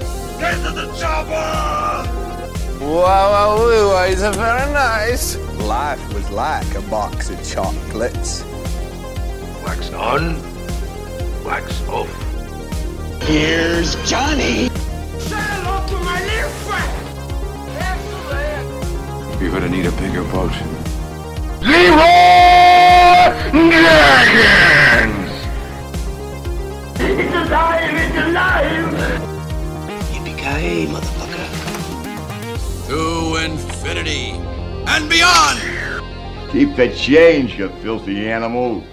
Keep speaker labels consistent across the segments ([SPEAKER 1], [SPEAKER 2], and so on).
[SPEAKER 1] to the chopper!
[SPEAKER 2] Wow, wow, wow, he's a very nice. Life was like a box of chocolates.
[SPEAKER 1] Wax on, wax off.
[SPEAKER 3] Here's Johnny.
[SPEAKER 4] You're gonna need a bigger boat.
[SPEAKER 1] Leroy Dragons! It's alive, it's alive!
[SPEAKER 3] Yippee-ki-yay, motherfucker.
[SPEAKER 5] to infinity and beyond.
[SPEAKER 6] Keep the change, you filthy animal.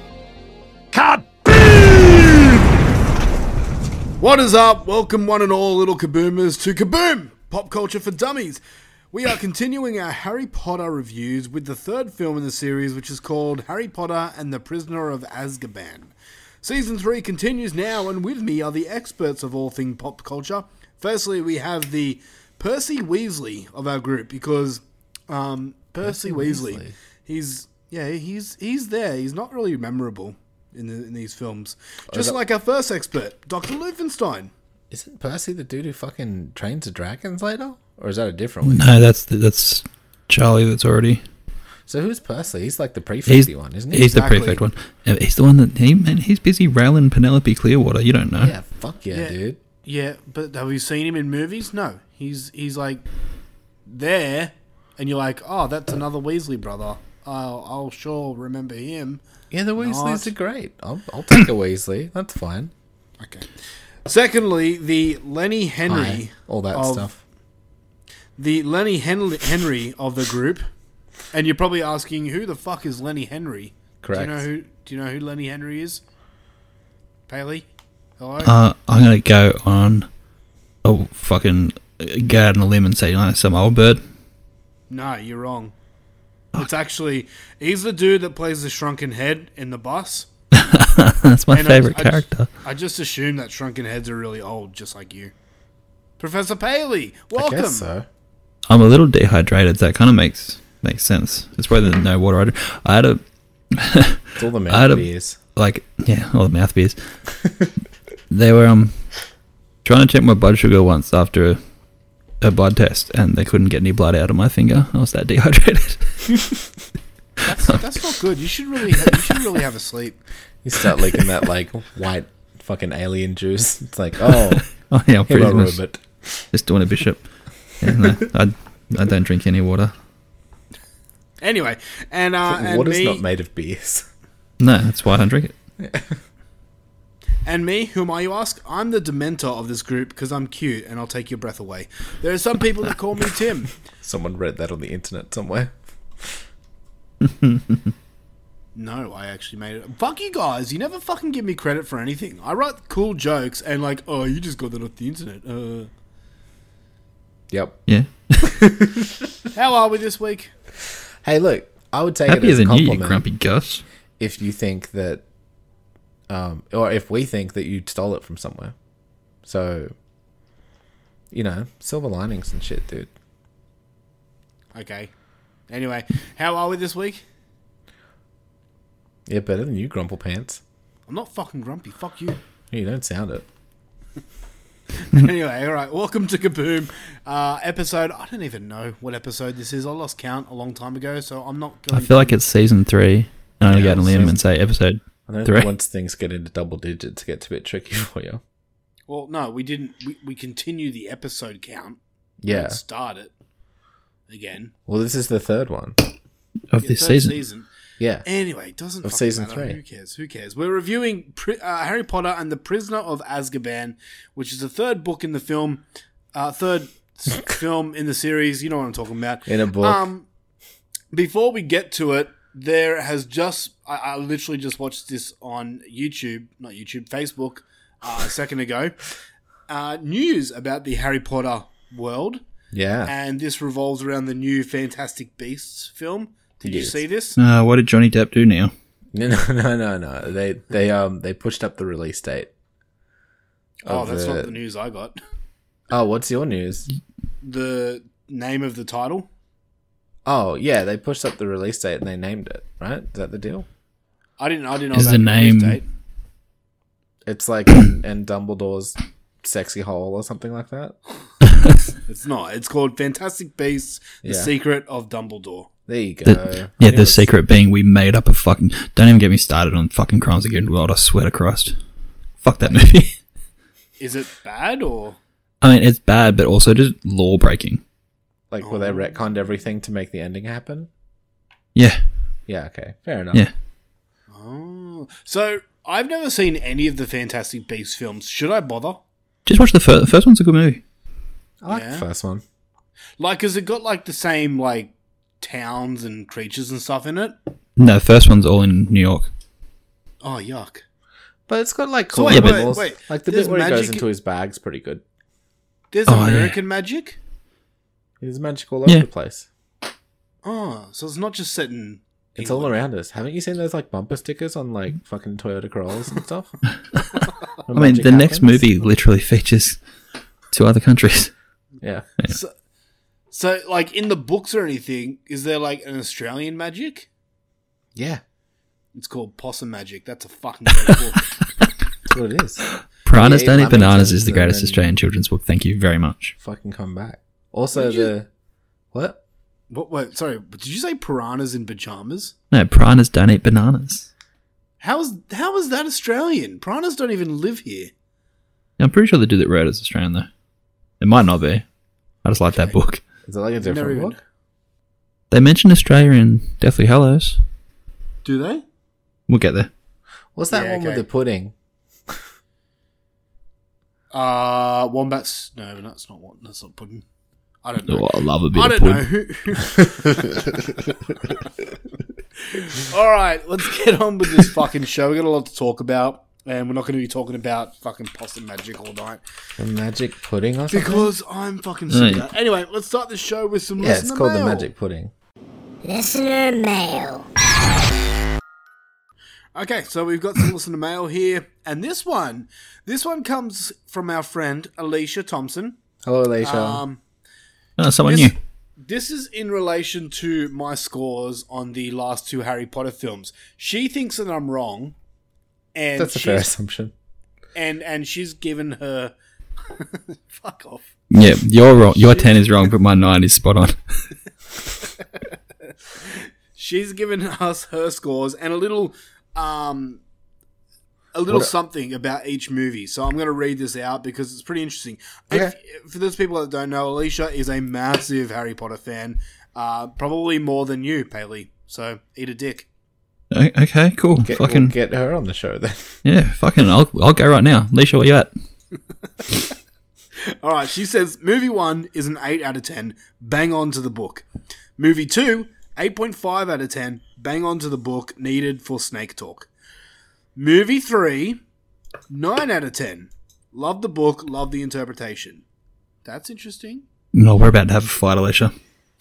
[SPEAKER 7] What is up? Welcome, one and all, little kaboomers, to Kaboom! Pop Culture for Dummies. We are continuing our Harry Potter reviews with the third film in the series, which is called Harry Potter and the Prisoner of Azkaban. Season 3 continues now, and with me are the experts of all thing pop culture. Firstly, we have the Percy Weasley of our group, because um, Percy Weasley, he's, yeah, he's he's there. He's not really memorable in, the, in these films. Just like our first expert, Dr. Lufenstein.
[SPEAKER 8] Isn't Percy the dude who fucking trains the dragons later? Or is that a different one?
[SPEAKER 9] No, that's that's Charlie. That's already
[SPEAKER 8] So who's Percy? He's like the
[SPEAKER 9] he's
[SPEAKER 8] prefecty one, isn't he?
[SPEAKER 9] he's the
[SPEAKER 7] Exactly.
[SPEAKER 9] prefect one. Yeah, He's the one that he man. He's busy railing Penelope Clearwater. You don't know.
[SPEAKER 8] yeah, fuck yeah,
[SPEAKER 7] Yeah.
[SPEAKER 8] dude.
[SPEAKER 7] Yeah, but have you seen him in movies? No. He's he's like there, and you're like, oh, that's another Weasley brother. I'll, I'll sure remember him.
[SPEAKER 8] Yeah, the Weasleys are great. I'll, I'll take a Weasley. That's fine.
[SPEAKER 7] Okay. Secondly, the Lenny Henry,
[SPEAKER 8] Aye, all that
[SPEAKER 7] of-
[SPEAKER 8] stuff.
[SPEAKER 7] the Lenny Hen- Henry of the group, and you're probably asking, who the fuck is Lenny Henry?
[SPEAKER 8] Correct.
[SPEAKER 7] Do you know who? Do you know who Lenny Henry is? Paley. Hello.
[SPEAKER 9] Uh, I'm gonna go on. Oh fucking get out on a limb and say like some old bird.
[SPEAKER 7] No, you're wrong. It's actually he's the dude that plays the shrunken head in the bus.
[SPEAKER 9] That's my
[SPEAKER 7] And I-
[SPEAKER 9] favorite
[SPEAKER 7] I just-
[SPEAKER 9] character.
[SPEAKER 7] I just assume that shrunken heads are really old, just like you. Professor
[SPEAKER 8] I
[SPEAKER 7] Paley, welcome.
[SPEAKER 8] guess so.
[SPEAKER 9] I'm a little dehydrated. So that kind of makes makes sense. It's probably the no water I drink. I had a
[SPEAKER 8] It's all the
[SPEAKER 9] I had a-
[SPEAKER 8] mouth beers.
[SPEAKER 9] like yeah, all the mouth beers. they were um trying to check my blood sugar once after a, a blood test, and they couldn't get any blood out of my finger. I was that dehydrated.
[SPEAKER 7] That's, that's not good. You should really, ha- you should really have a sleep.
[SPEAKER 8] You start leaking that like white fucking alien juice. It's like, oh,
[SPEAKER 9] oh yeah, I'm pretty
[SPEAKER 8] hello,
[SPEAKER 9] much
[SPEAKER 8] Robert.
[SPEAKER 9] just doing a bishop. Yeah, no, I I don't drink any water.
[SPEAKER 7] Anyway, and uh, and
[SPEAKER 8] Water's
[SPEAKER 7] me,
[SPEAKER 8] not made of beers.
[SPEAKER 9] No, that's why I don't drink it.
[SPEAKER 7] And me, whom are you ask? I'm the dementor of this group because I'm cute and I'll take your breath away. There are some people that call me Tim.
[SPEAKER 8] Someone read that on the internet somewhere.
[SPEAKER 7] No, I actually made it. Fuck you guys. You never fucking give me credit for anything. I write cool jokes and like, oh, you just got that off the internet. Uh,
[SPEAKER 8] Yep.
[SPEAKER 9] Yeah.
[SPEAKER 7] how are we this week?
[SPEAKER 8] Hey, look, I would take it
[SPEAKER 9] Happier
[SPEAKER 8] as a
[SPEAKER 9] than you, you
[SPEAKER 8] compliment
[SPEAKER 9] grumpy Gus.
[SPEAKER 8] if you think that, um, or if we think that you stole it from somewhere. So, you know, silver linings and shit, dude.
[SPEAKER 7] Okay. Anyway, how are we this week?
[SPEAKER 8] Yeah, better than you, Grumple Pants.
[SPEAKER 7] I'm not fucking grumpy. Fuck you.
[SPEAKER 8] You don't sound it.
[SPEAKER 7] anyway, all right. Welcome to Kaboom. Uh, episode. I don't even know what episode this is. I lost count a long time ago, so I'm not
[SPEAKER 9] I
[SPEAKER 7] going.
[SPEAKER 9] feel like it's season three, and I'm gonna
[SPEAKER 8] Yeah,
[SPEAKER 9] go out on a limb
[SPEAKER 8] season-
[SPEAKER 9] and say episode
[SPEAKER 8] I don't
[SPEAKER 9] three.
[SPEAKER 8] think once things get into double digits, it gets a bit tricky for you.
[SPEAKER 7] well, no, we didn't. We, we continue the episode count.
[SPEAKER 8] Yeah.
[SPEAKER 7] and Start it again.
[SPEAKER 8] Well, this is the third one.
[SPEAKER 9] of
[SPEAKER 7] Yeah,
[SPEAKER 9] this
[SPEAKER 7] third
[SPEAKER 9] season.
[SPEAKER 8] Yeah.
[SPEAKER 7] Anyway, it doesn't
[SPEAKER 8] Of
[SPEAKER 7] fucking
[SPEAKER 8] season
[SPEAKER 7] matter.
[SPEAKER 8] three.
[SPEAKER 7] Who cares? Who cares? We're reviewing Pri- uh, Harry Potter and the Prisoner of Azkaban, which is the third book in the film, uh, third s- film in the series. You know what I'm talking about.
[SPEAKER 8] In a book.
[SPEAKER 7] Um, before we get to it, there has just I, I literally just watched this on YouTube, not YouTube, Facebook, uh, a second ago. Uh, news about the Harry Potter world,
[SPEAKER 8] yeah.
[SPEAKER 7] and this revolves around the new Fantastic Beasts film. Did you
[SPEAKER 8] Yes.
[SPEAKER 7] see this?
[SPEAKER 9] Uh, what did Johnny Depp do now?
[SPEAKER 8] No, no, no, no, no. They they um they pushed up the release date.
[SPEAKER 7] Oh,
[SPEAKER 8] of
[SPEAKER 7] that's not the news I got.
[SPEAKER 8] Oh, what's your news?
[SPEAKER 7] The name of the title.
[SPEAKER 8] Oh, yeah, they pushed up the release date and they named it, right? Is that the deal?
[SPEAKER 7] I didn't. I didn't know.
[SPEAKER 9] Is
[SPEAKER 7] about
[SPEAKER 9] the
[SPEAKER 7] release
[SPEAKER 9] name-
[SPEAKER 7] date.
[SPEAKER 8] It's like and, and Dumbledore's sexy hole or something like that.
[SPEAKER 7] It's not. It's called Fantastic Beasts: The
[SPEAKER 8] Yeah.
[SPEAKER 7] Secret of Dumbledore.
[SPEAKER 8] There you go.
[SPEAKER 9] The-
[SPEAKER 8] I
[SPEAKER 9] yeah,
[SPEAKER 8] knew
[SPEAKER 9] the
[SPEAKER 8] it's-
[SPEAKER 9] secret being we made up a fucking. Don't even get me started on fucking Crimes Against the World. I swear to Christ, fuck that movie.
[SPEAKER 7] Is it bad or?
[SPEAKER 9] I mean, it's bad, but also just law breaking.
[SPEAKER 8] Like, well, they retconned everything to make the ending happen.
[SPEAKER 9] Yeah,
[SPEAKER 8] Yeah. Okay. Fair enough.
[SPEAKER 9] yeah.
[SPEAKER 7] Oh. So I've never seen any of the Fantastic Beasts films. Should I bother?
[SPEAKER 9] Just watch the fir- first one's a good movie.
[SPEAKER 8] I like
[SPEAKER 7] Yeah.
[SPEAKER 8] the first one.
[SPEAKER 7] Like, has it got like the same like towns and creatures and stuff in it?
[SPEAKER 9] No, first one's all in New York.
[SPEAKER 7] Oh yuck!
[SPEAKER 8] But it's got like
[SPEAKER 7] So
[SPEAKER 8] cool
[SPEAKER 7] wait,
[SPEAKER 9] wait,
[SPEAKER 8] animals.
[SPEAKER 7] wait.
[SPEAKER 8] Like the
[SPEAKER 7] There's
[SPEAKER 8] bit where he goes
[SPEAKER 7] magic-
[SPEAKER 8] into his bag's pretty good.
[SPEAKER 7] There's
[SPEAKER 9] Oh, yeah.
[SPEAKER 7] American magic.
[SPEAKER 8] There's magic all over
[SPEAKER 9] Yeah.
[SPEAKER 8] the place.
[SPEAKER 7] Oh, so it's not just set in.
[SPEAKER 8] It's all
[SPEAKER 7] England.
[SPEAKER 8] around us. Haven't you seen those like bumper stickers on like fucking Toyota Corollas and stuff?
[SPEAKER 9] Mm-hmm. I mean, the next movie literally features two other countries.
[SPEAKER 8] Yeah.
[SPEAKER 7] So, like in the books or anything, is there like an Australian magic?
[SPEAKER 8] Yeah.
[SPEAKER 7] It's called possum magic. That's a fucking great book.
[SPEAKER 8] That's what it is.
[SPEAKER 9] Piranhas
[SPEAKER 8] Yeah,
[SPEAKER 9] Don't Eat
[SPEAKER 8] Mummy
[SPEAKER 9] Bananas
[SPEAKER 8] Jones
[SPEAKER 9] is the
[SPEAKER 8] and
[SPEAKER 9] greatest
[SPEAKER 8] then-
[SPEAKER 9] Australian children's book. Thank you very much.
[SPEAKER 8] Fucking come back. Also the what?
[SPEAKER 7] What? Wait, sorry. Did you say piranhas in pajamas?
[SPEAKER 9] No, piranhas don't eat bananas.
[SPEAKER 7] How is how is that Australian? Piranhas don't even live here.
[SPEAKER 9] I'm pretty sure the dude that wrote it's Australian though. It might not be. I just like that book.
[SPEAKER 8] Is it like a
[SPEAKER 7] Never
[SPEAKER 8] different
[SPEAKER 7] even-
[SPEAKER 8] book?
[SPEAKER 9] They mention Australia in Deathly Hallows.
[SPEAKER 7] Do they?
[SPEAKER 9] We'll get there.
[SPEAKER 8] What's that
[SPEAKER 7] Yeah,
[SPEAKER 8] one with
[SPEAKER 7] okay.
[SPEAKER 8] the pudding?
[SPEAKER 7] Uh, wombats. No, that's not what. That's not pudding. I don't know.
[SPEAKER 9] Oh, I love a bit
[SPEAKER 7] I
[SPEAKER 9] of
[SPEAKER 7] don't
[SPEAKER 9] pudding.
[SPEAKER 7] know. All right, let's get on with this fucking show. We got a lot to talk about, and we're not going to be talking about fucking possum magic all night
[SPEAKER 8] The magic pudding or something?
[SPEAKER 7] because I'm fucking
[SPEAKER 9] Oh,
[SPEAKER 7] sick.
[SPEAKER 9] yeah.
[SPEAKER 7] of that. Anyway, let's start this show with some.
[SPEAKER 8] Mm. Yeah, it's
[SPEAKER 7] listener
[SPEAKER 8] called the
[SPEAKER 7] mail.
[SPEAKER 8] magic pudding.
[SPEAKER 1] Listener mail.
[SPEAKER 7] Okay, so we've got some listener mail here, and this one, this one comes from our friend Alicia Thompson.
[SPEAKER 8] Hello, Alicia.
[SPEAKER 7] Um,
[SPEAKER 9] Oh, someone
[SPEAKER 7] this,
[SPEAKER 9] new.
[SPEAKER 7] this is in relation to my scores on the last two Harry Potter films. She thinks that I'm wrong, and
[SPEAKER 8] That's a
[SPEAKER 7] she's,
[SPEAKER 8] fair assumption.
[SPEAKER 7] and and she's given her fuck off.
[SPEAKER 9] Yeah, you're wrong. Your ten is wrong, but my nine is spot on.
[SPEAKER 7] She's given us her scores and a little um a little
[SPEAKER 8] What a-
[SPEAKER 7] something about each movie. So I'm going to read this out because it's pretty interesting. If, for those people that don't know, Alicia is a massive Harry Potter fan, uh, probably more than you, Paley. So eat a dick.
[SPEAKER 9] O- Okay, cool.
[SPEAKER 8] Get,
[SPEAKER 9] fucking
[SPEAKER 8] we'll get her on the show then.
[SPEAKER 9] yeah, fucking. I'll, I'll go right now. Leisha, where you at?
[SPEAKER 7] All right, she says movie one is an 8 out of 10, bang on to the book. Movie two, 8.5 out of 10, bang on to the book, needed for snake talk. Movie three, 9 out of 10, love the book, love the interpretation. That's interesting.
[SPEAKER 9] No, we're about to have a fight, Alicia.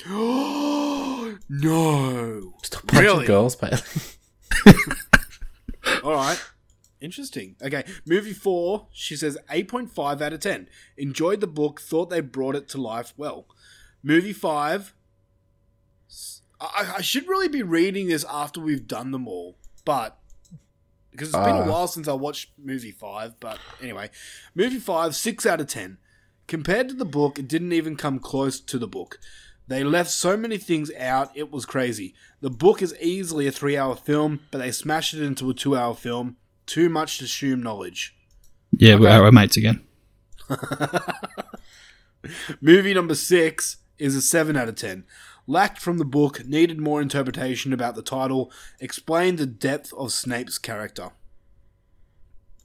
[SPEAKER 7] no.
[SPEAKER 8] Stop punching
[SPEAKER 7] Really?
[SPEAKER 8] girls, Paley.
[SPEAKER 7] All right. Interesting. Okay. Movie four, she says 8.5 out of 10. Enjoyed the book, thought they brought it to life well. Movie five, s- I, I should really be reading this after we've done them all, but because it's been
[SPEAKER 8] Ah.
[SPEAKER 7] a while since I watched movie five, but anyway. Movie five, 6 out of 10. Compared to the book, it didn't even come close to the book. They left so many things out, it was crazy. The book is easily a three hour film, but they smashed it into a two hour film. Too much to assume knowledge.
[SPEAKER 9] Yeah, we're, we're mates again.
[SPEAKER 7] Movie number six is a 7 out of 10. Lacked from the book, needed more interpretation about the title, explained the depth of Snape's character.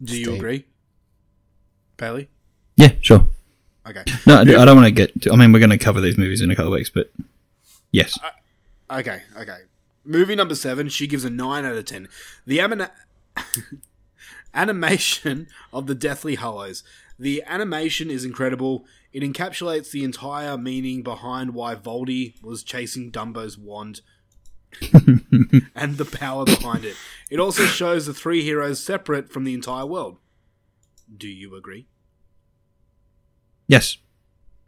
[SPEAKER 7] Do you
[SPEAKER 8] Snape.
[SPEAKER 7] agree? Paley?
[SPEAKER 9] Yeah, sure.
[SPEAKER 7] Okay.
[SPEAKER 9] No, I, I don't want to get. I mean, we're going to cover these movies in a couple of weeks, but yes,
[SPEAKER 7] Okay, okay. Movie number seven, she gives a nine out of ten. The amina- animation of the Deathly Hollows. The animation is incredible. It encapsulates the entire meaning behind why Voldy was chasing Dumbo's wand and the power behind it. It also shows the three heroes separate from the entire world. Do you agree?
[SPEAKER 9] yes.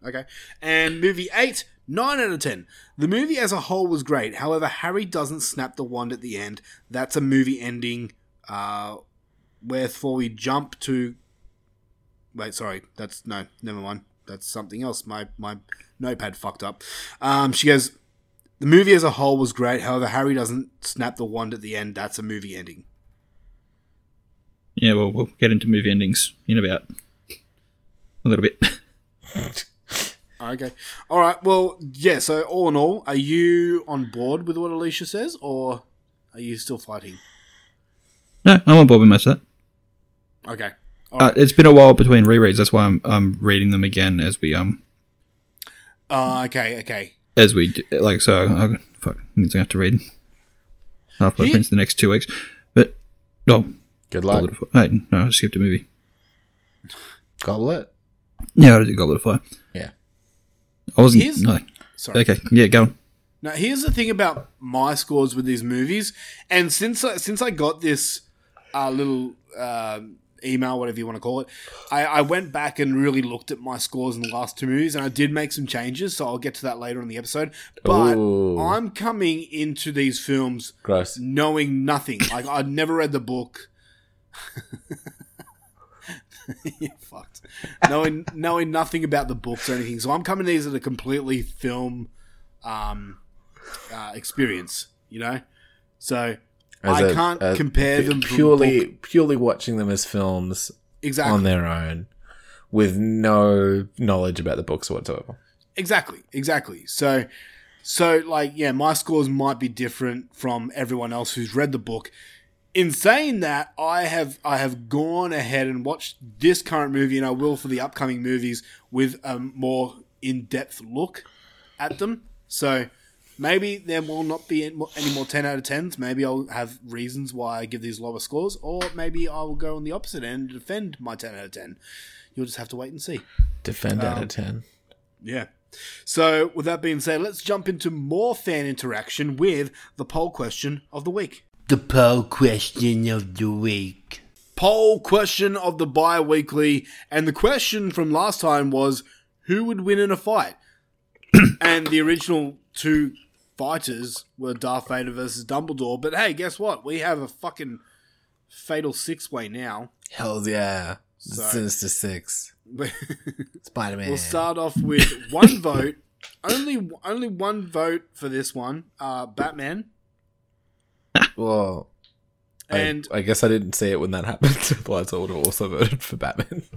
[SPEAKER 7] Okay. And movie eight, nine out of ten. The movie as a whole was great. However, Harry doesn't snap the wand at the end. That's a movie ending. Uh, wherefore we jump to. Wait, sorry. That's no. Never mind. that's something else. My my notepad fucked up. Um, she goes, the movie as a whole was great. However, Harry doesn't snap the wand at the end. That's a movie ending.
[SPEAKER 9] Yeah, well, we'll get into movie endings in about a little bit.
[SPEAKER 7] Okay. All right. Well, yeah. So all in all, are you on board with what Alicia says, or are you still fighting?
[SPEAKER 9] no, I'm on board with most of that.
[SPEAKER 7] Okay.
[SPEAKER 9] Uh, it's been a while between rereads. That's why I'm I'm reading them again as we um
[SPEAKER 7] Uh, okay. Okay.
[SPEAKER 9] as we d- like. So I, fuck, means I have to read half my
[SPEAKER 7] Yeah.
[SPEAKER 9] prints the next two weeks. But no,
[SPEAKER 8] Good
[SPEAKER 9] Goblet
[SPEAKER 8] luck.
[SPEAKER 9] of Fire. Hey, no, I skipped a movie.
[SPEAKER 8] Goblet.
[SPEAKER 9] Yeah, I did Goblet of Fire.
[SPEAKER 8] Yeah.
[SPEAKER 9] I wasn't.
[SPEAKER 7] Here's-
[SPEAKER 9] no.
[SPEAKER 7] Sorry.
[SPEAKER 9] Okay. Yeah, go on.
[SPEAKER 7] Now, here's the thing about my scores with these movies, and since I, since I got this uh, little um email, whatever you want to call it, I, I went back and really looked at my scores in the last two movies, and I did make some changes. So I'll get to that later in the episode. But
[SPEAKER 8] Ooh.
[SPEAKER 7] I'm coming into these films
[SPEAKER 8] Gross.
[SPEAKER 7] knowing nothing. Like I'd never read the book. You're fucked. Knowing knowing nothing about the books or anything. So I'm coming to these at a completely film um, uh, experience, you know? So I
[SPEAKER 8] I
[SPEAKER 7] can't compare them from
[SPEAKER 8] purely
[SPEAKER 7] book.
[SPEAKER 8] purely watching them as films
[SPEAKER 7] exactly
[SPEAKER 8] on their own with no knowledge about the books whatsoever.
[SPEAKER 7] Exactly, exactly. So, so like, yeah, my scores might be different from everyone else who's read the book. In saying that, I have I have gone ahead and watched this current movie, and I will for the upcoming movies with a more in depth look at them. So maybe there will not be any more any more ten out of tens. Maybe I'll have reasons why I give these lower scores, or maybe I will go on the opposite end and defend my ten out of ten. You'll just have to wait and see.
[SPEAKER 8] Defend out
[SPEAKER 7] Um,
[SPEAKER 8] of ten.
[SPEAKER 7] Yeah. So, with that being said, let's jump into more fan interaction with the poll question of the week.
[SPEAKER 10] The poll question of the week.
[SPEAKER 7] Poll question of the bi weekly. And the question from last time was who would win in a fight? and the original two fighters were Darth Vader versus Dumbledore. But hey, guess what? We have a fucking fatal six way now.
[SPEAKER 8] Hell yeah.
[SPEAKER 7] So-
[SPEAKER 8] Sinister Six. Spider Man.
[SPEAKER 7] We'll start off with one vote. Only, only one vote for this one. Uh, Batman
[SPEAKER 8] Well, I-
[SPEAKER 7] and
[SPEAKER 8] I, guess I didn't see it when that happened. Otherwise, I would have also voted for Batman.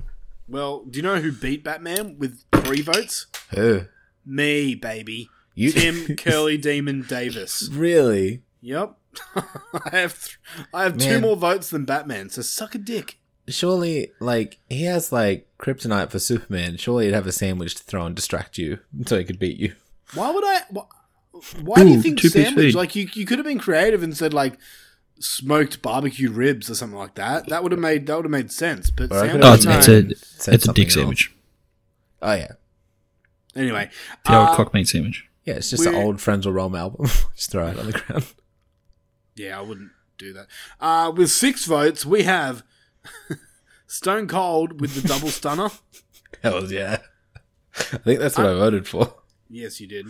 [SPEAKER 7] Well, do you know who beat Batman with three votes?
[SPEAKER 8] Who?
[SPEAKER 7] Me, baby.
[SPEAKER 8] You
[SPEAKER 7] Tim Curly Demon Davis.
[SPEAKER 8] really?
[SPEAKER 7] Yep. I have th- I have two
[SPEAKER 8] Man.
[SPEAKER 7] more votes than Batman, so suck a dick.
[SPEAKER 8] Surely, like he has like kryptonite for Superman. Surely he'd have a sandwich to throw and distract you so he could beat you.
[SPEAKER 7] Why would I? Wh- why do you
[SPEAKER 9] Ooh,
[SPEAKER 7] think
[SPEAKER 9] two-piece
[SPEAKER 7] sandwich?
[SPEAKER 9] feed.
[SPEAKER 7] Like you, you could have been creative and said like smoked barbecue ribs or something like that. That would have made that would have made sense. But
[SPEAKER 8] Or I could
[SPEAKER 7] sandwich.
[SPEAKER 8] have
[SPEAKER 9] Oh, it's,
[SPEAKER 7] no.
[SPEAKER 9] it's
[SPEAKER 8] Sorry.
[SPEAKER 9] a
[SPEAKER 8] Said
[SPEAKER 9] it's a
[SPEAKER 8] something
[SPEAKER 9] dick sandwich.
[SPEAKER 8] Oh yeah,
[SPEAKER 7] anyway,
[SPEAKER 9] The old
[SPEAKER 7] uh,
[SPEAKER 9] cock meat sandwich.
[SPEAKER 8] yeah. It's just an
[SPEAKER 7] We're-
[SPEAKER 8] old friends will roam album. just throw it on the ground.
[SPEAKER 7] Yeah, I wouldn't do that. Uh, with six votes, we have Stone Cold with the double stunner.
[SPEAKER 8] Hell yeah. I think that's what I voted for.
[SPEAKER 7] Yes, you did.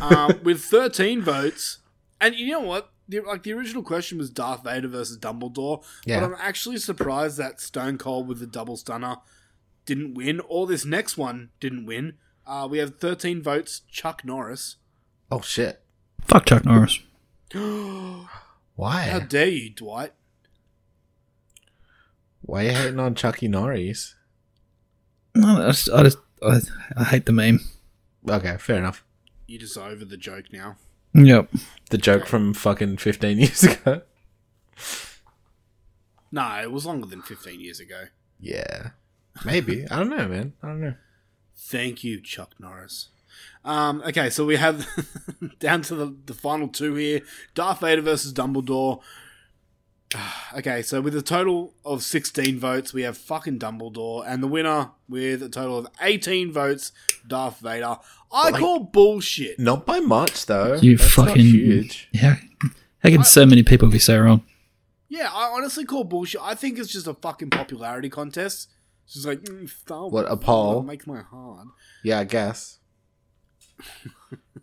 [SPEAKER 7] um, with 13 votes, and you know what? The, like the original question was Darth Vader versus Dumbledore,
[SPEAKER 8] Yeah.
[SPEAKER 7] but I'm actually surprised that Stone Cold with the double stunner didn't win, or this next one didn't win. Uh, we have 13 votes. Chuck Norris.
[SPEAKER 8] Oh shit.
[SPEAKER 9] Fuck Chuck Norris.
[SPEAKER 8] Why?
[SPEAKER 7] How dare you, Dwight?
[SPEAKER 8] Why are you hating on Chucky Norris?
[SPEAKER 9] No, I just, I, just I, I hate the meme.
[SPEAKER 8] Okay, fair enough.
[SPEAKER 7] You're just over the joke now.
[SPEAKER 9] Yep.
[SPEAKER 8] The joke from fucking fifteen years ago.
[SPEAKER 7] No, it was longer than 15 years ago.
[SPEAKER 8] Yeah. Maybe. I don't know, man. I don't know.
[SPEAKER 7] Thank you, Chuck Norris. Um, okay, so we have down to the, the final two here Darth Vader versus Dumbledore. okay, so with a total of 16 votes, we have fucking Dumbledore, and the winner with a total of 18 votes, Darth Vader. I call bullshit.
[SPEAKER 8] Not by much though.
[SPEAKER 9] You
[SPEAKER 8] That's not
[SPEAKER 9] fucking.
[SPEAKER 8] huge.
[SPEAKER 9] Yeah. How can so many people be so wrong?
[SPEAKER 7] Yeah, I honestly call bullshit. I think it's just a fucking popularity contest. It's just like, mm, Star
[SPEAKER 8] What, a
[SPEAKER 7] Wars
[SPEAKER 8] poll?
[SPEAKER 7] Makes my heart.
[SPEAKER 8] Yeah, I guess.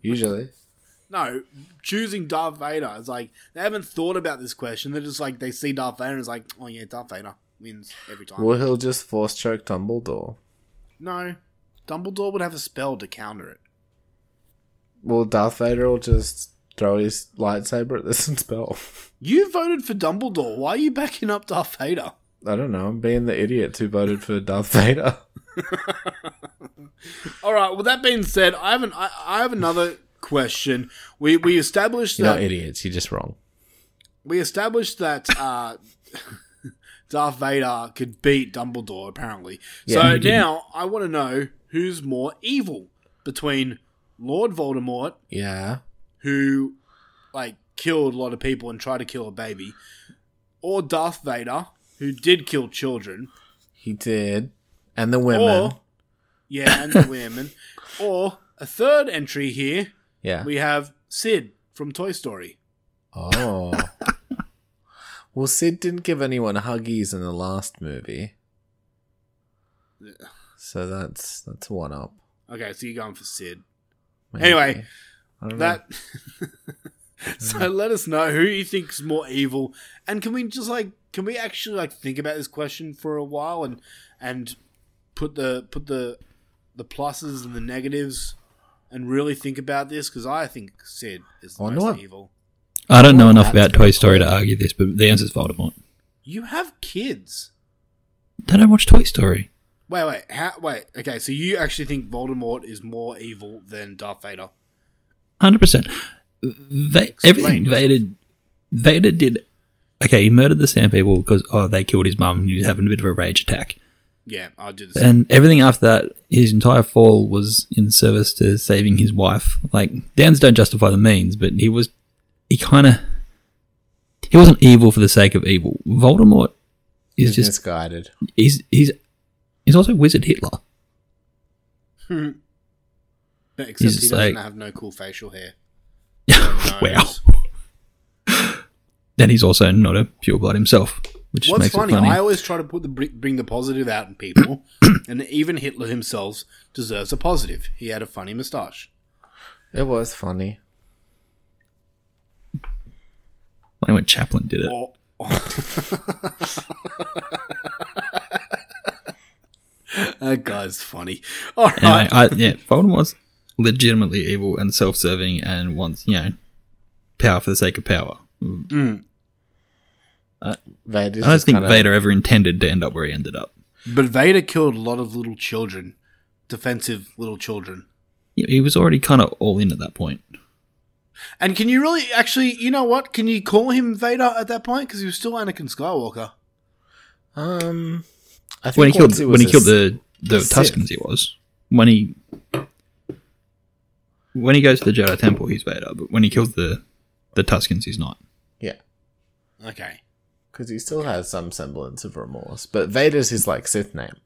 [SPEAKER 8] Usually.
[SPEAKER 7] No, choosing Darth Vader is like they haven't thought about this question. They're just like they see Darth Vader and it's like, oh yeah, Darth Vader wins every time.
[SPEAKER 8] Well he'll just force choke Dumbledore.
[SPEAKER 7] No, Dumbledore would have a spell to counter it.
[SPEAKER 8] Well, Darth Vader will just throw his lightsaber at this and spell.
[SPEAKER 7] You voted for Dumbledore. Why are you backing up Darth Vader?
[SPEAKER 8] I don't know. I'm being the idiot who voted for Darth Vader.
[SPEAKER 7] All right. Well, that being said, I have an, I, I have another question. We we established
[SPEAKER 8] You're not
[SPEAKER 7] that
[SPEAKER 8] idiots. You're just wrong.
[SPEAKER 7] we established that uh, Darth Vader could beat Dumbledore apparently.
[SPEAKER 8] Yeah, he
[SPEAKER 7] so
[SPEAKER 8] didn't.
[SPEAKER 7] now I want to know who's more evil between Lord Voldemort,
[SPEAKER 8] Yeah.
[SPEAKER 7] who like killed a lot of people and tried to kill a baby, or Darth Vader, who did kill children,
[SPEAKER 8] He did. And the women.
[SPEAKER 7] or yeah, and the women, or a third entry here.
[SPEAKER 8] yeah.
[SPEAKER 7] We have Sid from Toy Story.
[SPEAKER 8] oh. well, Sid didn't give anyone huggies in the last movie. So that's that's a one up.
[SPEAKER 7] Okay, so you're going for Sid.
[SPEAKER 8] maybe.
[SPEAKER 7] Anyway,
[SPEAKER 8] I don't know.
[SPEAKER 7] That.
[SPEAKER 9] Hmm.
[SPEAKER 7] so let us know who you think's more evil, and can we just like can we actually like think about this question for a while and and put the put the the pluses and the negatives and really think about this because I think Sid is the
[SPEAKER 8] I
[SPEAKER 7] most
[SPEAKER 8] wonder what-
[SPEAKER 7] evil.
[SPEAKER 9] I don't know enough
[SPEAKER 8] that's
[SPEAKER 9] about Toy Story to argue this, but the answer is Voldemort.
[SPEAKER 7] You have kids.
[SPEAKER 9] They don't watch Toy Story.
[SPEAKER 7] Wait, wait, how, wait. Okay, so you actually think Voldemort is more evil than Darth Vader?
[SPEAKER 9] Hundred percent. Va- everything Vader, Vader did. Okay, he murdered the Sand People because oh they killed his mum. and He was having a bit of a rage attack,
[SPEAKER 7] Yeah, I'll do the same.
[SPEAKER 9] and everything after that, his entire fall was in service to saving his wife. Like downs don't justify the means, but he was, he kind of, he wasn't evil for the sake of evil. Voldemort is
[SPEAKER 8] he's
[SPEAKER 9] just
[SPEAKER 8] misguided.
[SPEAKER 9] he's he's he's also wizard Hitler.
[SPEAKER 7] Except he
[SPEAKER 9] he's
[SPEAKER 7] doesn't
[SPEAKER 9] like-
[SPEAKER 7] have no cool facial hair.
[SPEAKER 9] wow. Then he's also not a pureblood himself, which
[SPEAKER 7] What's
[SPEAKER 9] makes
[SPEAKER 7] funny,
[SPEAKER 9] it funny.
[SPEAKER 7] I always try to put the br- bring the positive out in people, and even Hitler himself deserves a positive. He had a funny moustache.
[SPEAKER 8] It was funny.
[SPEAKER 9] Funny when Chaplin did it.
[SPEAKER 7] Or, that guy's funny. All right,
[SPEAKER 9] Anyway, I, yeah, Voldemort's legitimately evil and self-serving and wants you know power for the sake of power.
[SPEAKER 8] Vader's
[SPEAKER 9] I don't
[SPEAKER 8] just
[SPEAKER 9] think
[SPEAKER 8] kinda-
[SPEAKER 9] Vader ever intended to end up where he ended up.
[SPEAKER 7] but Vader killed a lot of little children, defensive little children.
[SPEAKER 9] He he was already kind of all in at that point.
[SPEAKER 7] And can you really actually? You know what? Can you call him Vader at that point? Because he was still Anakin Skywalker.
[SPEAKER 8] Um, I think
[SPEAKER 9] When he killed
[SPEAKER 8] once was
[SPEAKER 9] when he
[SPEAKER 8] a
[SPEAKER 9] killed the the
[SPEAKER 8] a Sith.
[SPEAKER 9] Tuscans, he was when he when he goes to the Jedi Temple, he's Vader. But when he kills the the Tuscans, he's not.
[SPEAKER 8] Yeah,
[SPEAKER 7] Okay.
[SPEAKER 8] because he still has some semblance of remorse. But Vader's his like Sith name,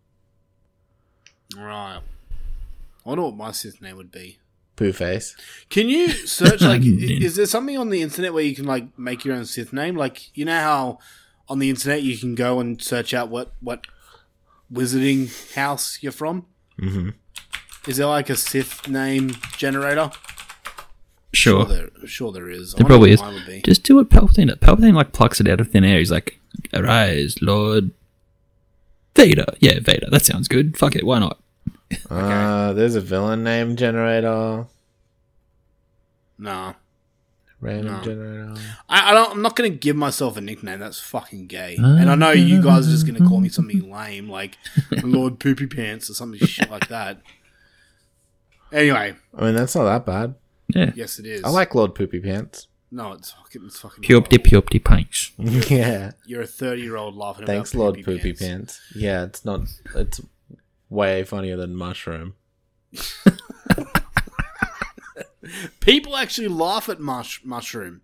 [SPEAKER 7] Right. I wonder what my Sith name would be.
[SPEAKER 8] Pooh Face.
[SPEAKER 7] Can you search like i-
[SPEAKER 9] Yeah.
[SPEAKER 7] is there something on the internet where you can like make your own Sith name? Like you know how on the internet you can go and search out what what wizarding house you're from? Mm-hmm. Is there like a Sith name generator?
[SPEAKER 9] Sure.
[SPEAKER 7] There, sure there is. I
[SPEAKER 9] It
[SPEAKER 7] wonder
[SPEAKER 9] probably
[SPEAKER 7] what
[SPEAKER 9] is.
[SPEAKER 7] mine would be.
[SPEAKER 9] Just do what Palpatine does. Palpatine like plucks it out of thin air. He's like, "Arise, Lord Vader." Yeah, Vader. That sounds good. Fuck it. Why not?
[SPEAKER 8] Uh, there's a villain name generator,
[SPEAKER 7] Nah.
[SPEAKER 8] random
[SPEAKER 7] No.
[SPEAKER 8] generator.
[SPEAKER 7] I, I don't, I'm not going to give myself a nickname. That's fucking gay. And I know you guys are just going to call me something lame, like Lord Poopy Pants or something shit like that. Anyway,
[SPEAKER 8] I mean, that's not that bad.
[SPEAKER 9] Yeah.
[SPEAKER 7] yes, it is.
[SPEAKER 8] I like Lord Poopy Pants.
[SPEAKER 7] No, it's fucking. It's fucking.
[SPEAKER 9] Puopty puopty pinch.
[SPEAKER 8] yeah,
[SPEAKER 7] You're a 30 year old laughing
[SPEAKER 8] thanks,
[SPEAKER 7] about
[SPEAKER 8] Lord Poopy pants. Yeah, it's not. It's way funnier than mushroom.
[SPEAKER 7] People actually laugh at mush- mushroom.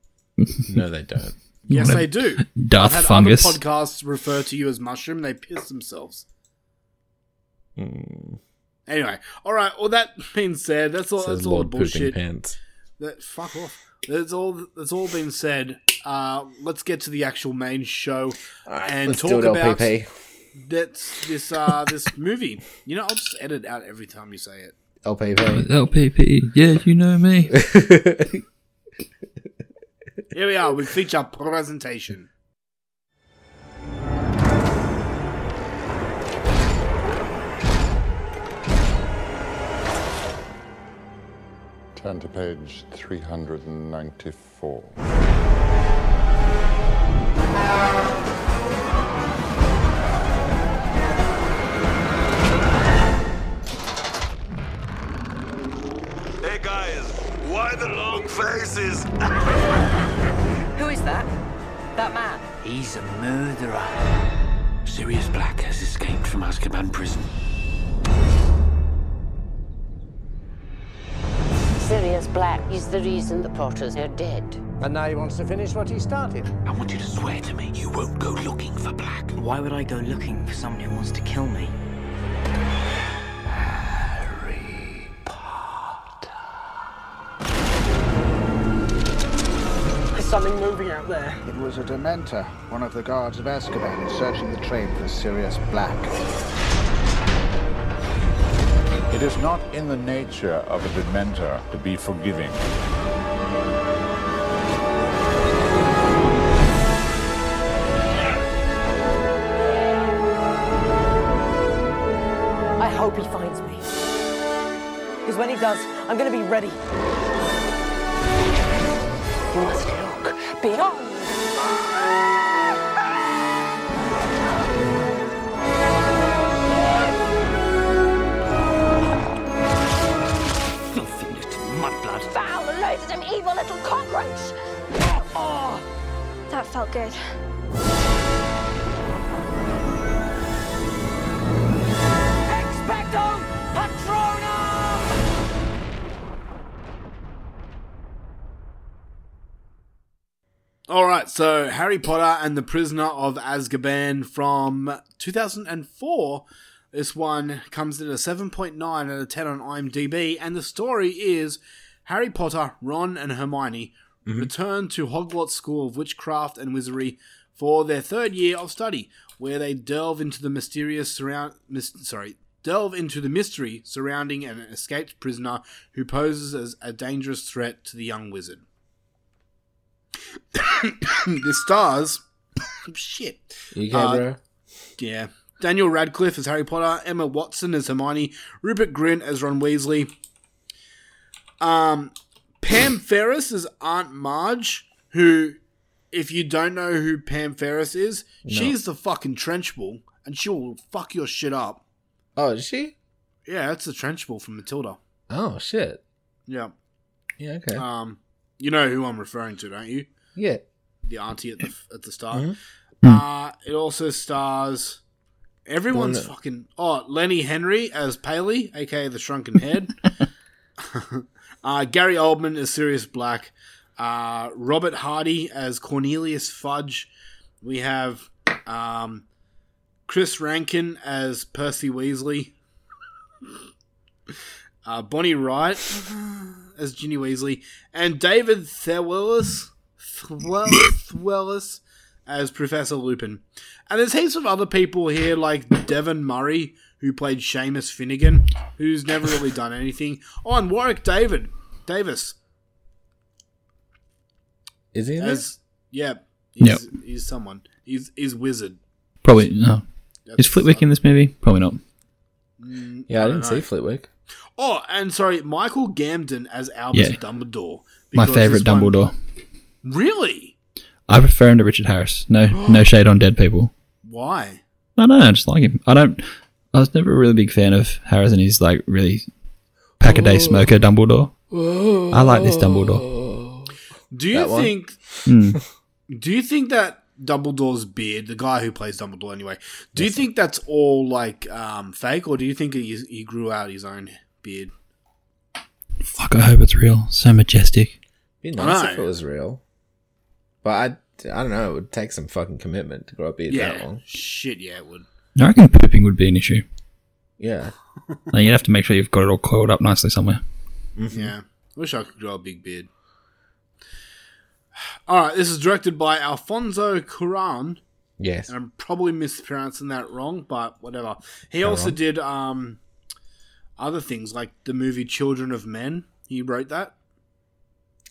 [SPEAKER 8] No, they don't.
[SPEAKER 7] Yes,
[SPEAKER 9] What a
[SPEAKER 7] they do. I've
[SPEAKER 9] Darth
[SPEAKER 7] had
[SPEAKER 9] fungus.
[SPEAKER 7] other podcasts refer to you as mushroom. They piss themselves.
[SPEAKER 8] Hmm.
[SPEAKER 7] Anyway, all right. Well, that being said, that's all.
[SPEAKER 8] It says
[SPEAKER 7] That's all the
[SPEAKER 8] Lord Pooping
[SPEAKER 7] bullshit.
[SPEAKER 8] Pants.
[SPEAKER 7] That fuck off. That's all. That's all been said. Uh, let's get to the actual main show and
[SPEAKER 8] Let's
[SPEAKER 7] talk
[SPEAKER 8] do it,
[SPEAKER 7] about
[SPEAKER 8] LPP.
[SPEAKER 7] that's this uh, this movie. You know, I'll just edit out every time you say it.
[SPEAKER 8] LPP.
[SPEAKER 9] LPP. Yeah, you know me.
[SPEAKER 7] Here we are with feature presentation.
[SPEAKER 11] Turn to page 394.
[SPEAKER 12] Hey guys, why the long faces?
[SPEAKER 13] Who is that? That man?
[SPEAKER 10] He's a murderer.
[SPEAKER 3] Sirius Black has escaped from Azkaban prison.
[SPEAKER 14] Sirius Black is the reason the Potters are dead.
[SPEAKER 15] And now he wants to finish what he started.
[SPEAKER 3] I want you to swear to me you won't go looking for Black.
[SPEAKER 13] Why would I go looking for someone who wants to kill me?
[SPEAKER 3] Harry Potter.
[SPEAKER 15] There's something moving out there. It was a Dementor, one of the guards of Azkaban, searching the train for Sirius Black.
[SPEAKER 11] It is not in the nature of a dementor to be forgiving.
[SPEAKER 13] I hope he finds me. Because when he does, I'm going to be ready. You must look beyond.
[SPEAKER 3] mudblood.
[SPEAKER 16] Foul, loathsome, evil little cockroach! Oh, that felt good.
[SPEAKER 13] Expecto Patronum!
[SPEAKER 7] All right, so Harry Potter and the Prisoner of Azkaban from 2004. This one comes in a 7.9 out of 10 on IMDb, and the story is Harry Potter, Ron, and Hermione
[SPEAKER 8] Mhm.
[SPEAKER 7] return to Hogwarts School of Witchcraft and Wizardry for their third year of study, where they delve into the mysterious surround. Mis- sorry, delve into the mystery surrounding an escaped prisoner who poses as a dangerous threat to the young wizard. the Hmm, stars. Shit.
[SPEAKER 8] You okay,
[SPEAKER 7] Uh,
[SPEAKER 8] bro?
[SPEAKER 7] Yeah. Daniel Radcliffe as Harry Potter, Emma Watson as Hermione, Rupert Grint as Ron Weasley, um, Pam Ferris as Aunt Marge, who, if you don't know who Pam Ferris is,
[SPEAKER 8] No.
[SPEAKER 7] she's the fucking Trenchbull, and she will fuck your shit up.
[SPEAKER 8] Oh, is she?
[SPEAKER 7] Yeah, that's the Trenchbull from Matilda.
[SPEAKER 8] Oh shit.
[SPEAKER 7] Yeah.
[SPEAKER 8] Yeah. Okay.
[SPEAKER 7] Um, you know who I'm referring to, don't you?
[SPEAKER 8] Yeah.
[SPEAKER 7] The auntie at the at the start.
[SPEAKER 8] Mhm.
[SPEAKER 7] Uh, it also stars everyone's
[SPEAKER 8] Don't know.
[SPEAKER 7] fucking. Oh, Lenny Henry as Paley, aka the Shrunken Head. uh, Gary Oldman as Sirius Black. Uh, Robert Hardy as Cornelius Fudge. We have um, Chris Rankin as Percy Weasley. Uh, Bonnie Wright as Ginny Weasley, and David Thewlis, Thwell, Thwellis as Professor Lupin. And there's heaps of other people here, like Devon Murray, who played Seamus Finnegan, who's never really done anything. Oh, and Warwick David Davis
[SPEAKER 8] Is he? in
[SPEAKER 7] as yeah, he's,
[SPEAKER 9] Yep.
[SPEAKER 7] he's someone. He's he's wizard.
[SPEAKER 9] Probably no. Is Flitwick in this movie? Probably not.
[SPEAKER 8] this? yeah, I, didn't see Flitwick.
[SPEAKER 7] Oh, and sorry, Michael Gambon as Albus
[SPEAKER 9] Yeah.
[SPEAKER 7] Dumbledore.
[SPEAKER 9] My
[SPEAKER 7] because
[SPEAKER 9] favorite
[SPEAKER 7] this one-
[SPEAKER 9] Dumbledore.
[SPEAKER 7] Really?
[SPEAKER 9] I prefer him to Richard Harris. No, no shade on dead people.
[SPEAKER 7] Why?
[SPEAKER 9] I don't know. I just like him. I don't. I was never a really big fan of Harris and his like really pack a day
[SPEAKER 7] Oh.
[SPEAKER 9] smoker Dumbledore. I like this Dumbledore.
[SPEAKER 7] Do you
[SPEAKER 9] That one.
[SPEAKER 7] think?
[SPEAKER 9] Hmm.
[SPEAKER 7] Do you think that Dumbledore's beard, the guy who plays Dumbledore, anyway, do you think that's all like um, fake, or do you think he, he grew out his own beard?
[SPEAKER 9] Fuck, I hope it's real. So majestic.
[SPEAKER 8] Be nice
[SPEAKER 7] Alright.
[SPEAKER 8] if it was real. But I, I don't know. It would take some fucking commitment to grow a beard that long.
[SPEAKER 7] Shit, yeah, it would.
[SPEAKER 9] I reckon pooping would be an issue.
[SPEAKER 8] Yeah.
[SPEAKER 9] Like, you'd have to make sure you've got it all coiled up nicely somewhere.
[SPEAKER 8] Mm-hmm.
[SPEAKER 7] Yeah, wish I could grow a big beard. All right, this is directed by Alfonso Cuarón,
[SPEAKER 8] Yes.
[SPEAKER 7] and I'm probably mispronouncing that wrong, but whatever. He
[SPEAKER 8] No
[SPEAKER 7] also
[SPEAKER 8] wrong.
[SPEAKER 7] did um, other things like the movie Children of Men. He wrote that.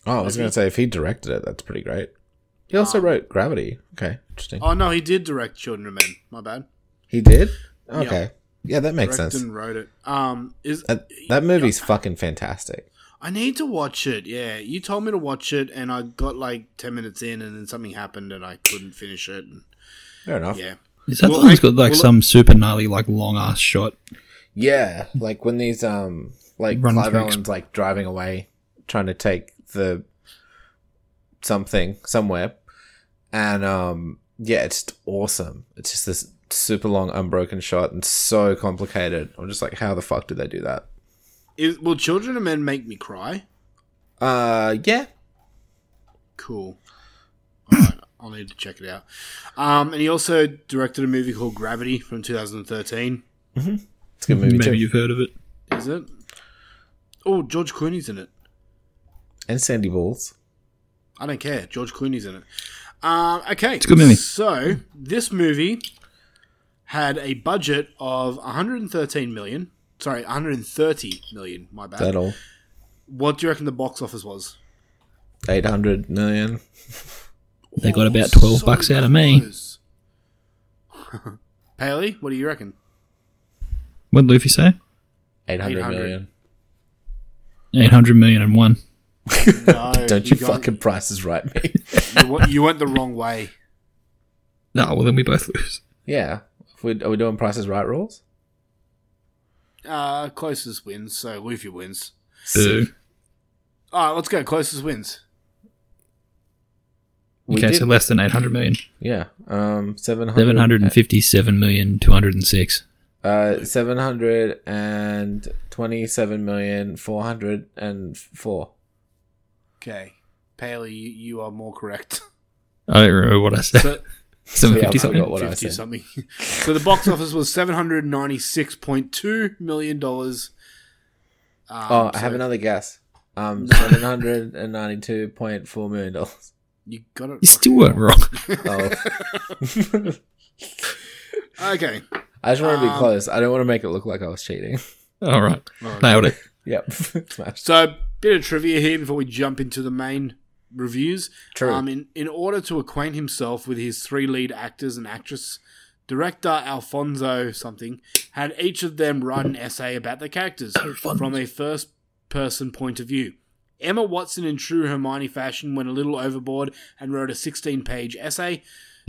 [SPEAKER 8] Oh, I was going to say if he directed it, that's pretty great. He
[SPEAKER 7] Uh,
[SPEAKER 8] also wrote Gravity. Okay, interesting.
[SPEAKER 7] Oh no, he did direct Children of Men. My bad.
[SPEAKER 8] He did.
[SPEAKER 7] Yeah.
[SPEAKER 8] Okay. Yeah, that makes
[SPEAKER 7] Directed
[SPEAKER 8] sense.
[SPEAKER 7] And wrote it. Um, is
[SPEAKER 8] That, that movie's fucking fantastic.
[SPEAKER 7] I need to watch it. Yeah, you told me to watch it, and I got like ten minutes in, and then something happened, and I couldn't finish it. And,
[SPEAKER 8] Fair enough.
[SPEAKER 7] Yeah.
[SPEAKER 9] Is that
[SPEAKER 7] Well,
[SPEAKER 9] the one that's
[SPEAKER 7] I-
[SPEAKER 9] got like
[SPEAKER 7] well,
[SPEAKER 9] some super gnarly, like long ass shot?
[SPEAKER 8] Yeah, like when these um like
[SPEAKER 9] Run
[SPEAKER 8] Clive
[SPEAKER 9] through
[SPEAKER 8] Owen's like driving away, trying to take the something somewhere, and um yeah, it's awesome. It's just this super long unbroken shot and so complicated. I'm just like, how the fuck did they do that?
[SPEAKER 7] Is, will Children of Men make me cry?
[SPEAKER 8] Uh, yeah,
[SPEAKER 7] Cool. All right, I'll need to check it out. Um, and he also directed a movie called Gravity from 2013.
[SPEAKER 8] it's a good movie
[SPEAKER 9] Maybe
[SPEAKER 8] too.
[SPEAKER 9] you've heard of it.
[SPEAKER 7] Is it? Oh, George Clooney's in it.
[SPEAKER 8] And Sandy Balls.
[SPEAKER 7] I don't care. George Clooney's in it. Um, okay. It's
[SPEAKER 8] a good movie.
[SPEAKER 7] So this movie had a budget of 113 million. Sorry, 130 million. My bad.
[SPEAKER 8] That all
[SPEAKER 7] What do you reckon the box office was?
[SPEAKER 8] eight hundred million.
[SPEAKER 9] They got about twelve
[SPEAKER 7] Oh, so
[SPEAKER 9] bucks out of me.
[SPEAKER 7] close. Paley, what do you reckon?
[SPEAKER 9] What did Luffy say?
[SPEAKER 8] Eight hundred
[SPEAKER 7] 800.
[SPEAKER 8] million.
[SPEAKER 9] Eight hundred million and one.
[SPEAKER 7] No,
[SPEAKER 8] Don't you,
[SPEAKER 7] you got-
[SPEAKER 8] fucking price is right me?
[SPEAKER 7] You went, you went the wrong way.
[SPEAKER 9] No, well then we both lose.
[SPEAKER 8] yeah. If we- Are we doing prices right rules?
[SPEAKER 7] Uh, closest wins. So Luffy wins.
[SPEAKER 9] Boo.
[SPEAKER 7] All right, let's go. Closest wins.
[SPEAKER 8] We
[SPEAKER 9] okay,
[SPEAKER 8] did-
[SPEAKER 9] so less than eight hundred million.
[SPEAKER 8] Yeah. Um, 700,
[SPEAKER 9] Seven hundred and fifty-seven million two hundred and six.
[SPEAKER 8] Uh, 727,404.
[SPEAKER 7] Okay, Paley, you, you are more correct.
[SPEAKER 9] I don't remember what I
[SPEAKER 7] So-
[SPEAKER 9] said. Seven
[SPEAKER 8] Yeah, I
[SPEAKER 9] fifty something.
[SPEAKER 8] forgot what I
[SPEAKER 7] 50
[SPEAKER 8] said.
[SPEAKER 7] something. so the box office was seven hundred ninety six point two million dollars. Um,
[SPEAKER 8] oh, I
[SPEAKER 7] so
[SPEAKER 8] have another guess. Um, $792.4 million. dollars.
[SPEAKER 7] You got it.
[SPEAKER 9] You still weren't wrong.
[SPEAKER 8] Oh.
[SPEAKER 7] Okay.
[SPEAKER 8] I just want to be
[SPEAKER 7] Um,
[SPEAKER 8] close. I don't want to make it look like I was cheating.
[SPEAKER 9] All right,
[SPEAKER 7] Alright.
[SPEAKER 9] nailed it.
[SPEAKER 8] Yep. Smash.
[SPEAKER 7] So, bit of trivia here before we jump into the main reviews.
[SPEAKER 8] True.
[SPEAKER 7] Um, in, in order to acquaint himself with his three lead actors and actress, director Alfonso something had each of them write an essay about their characters from a first person point of view. Emma Watson, in true Hermione fashion, went a little overboard and wrote a 16 page essay.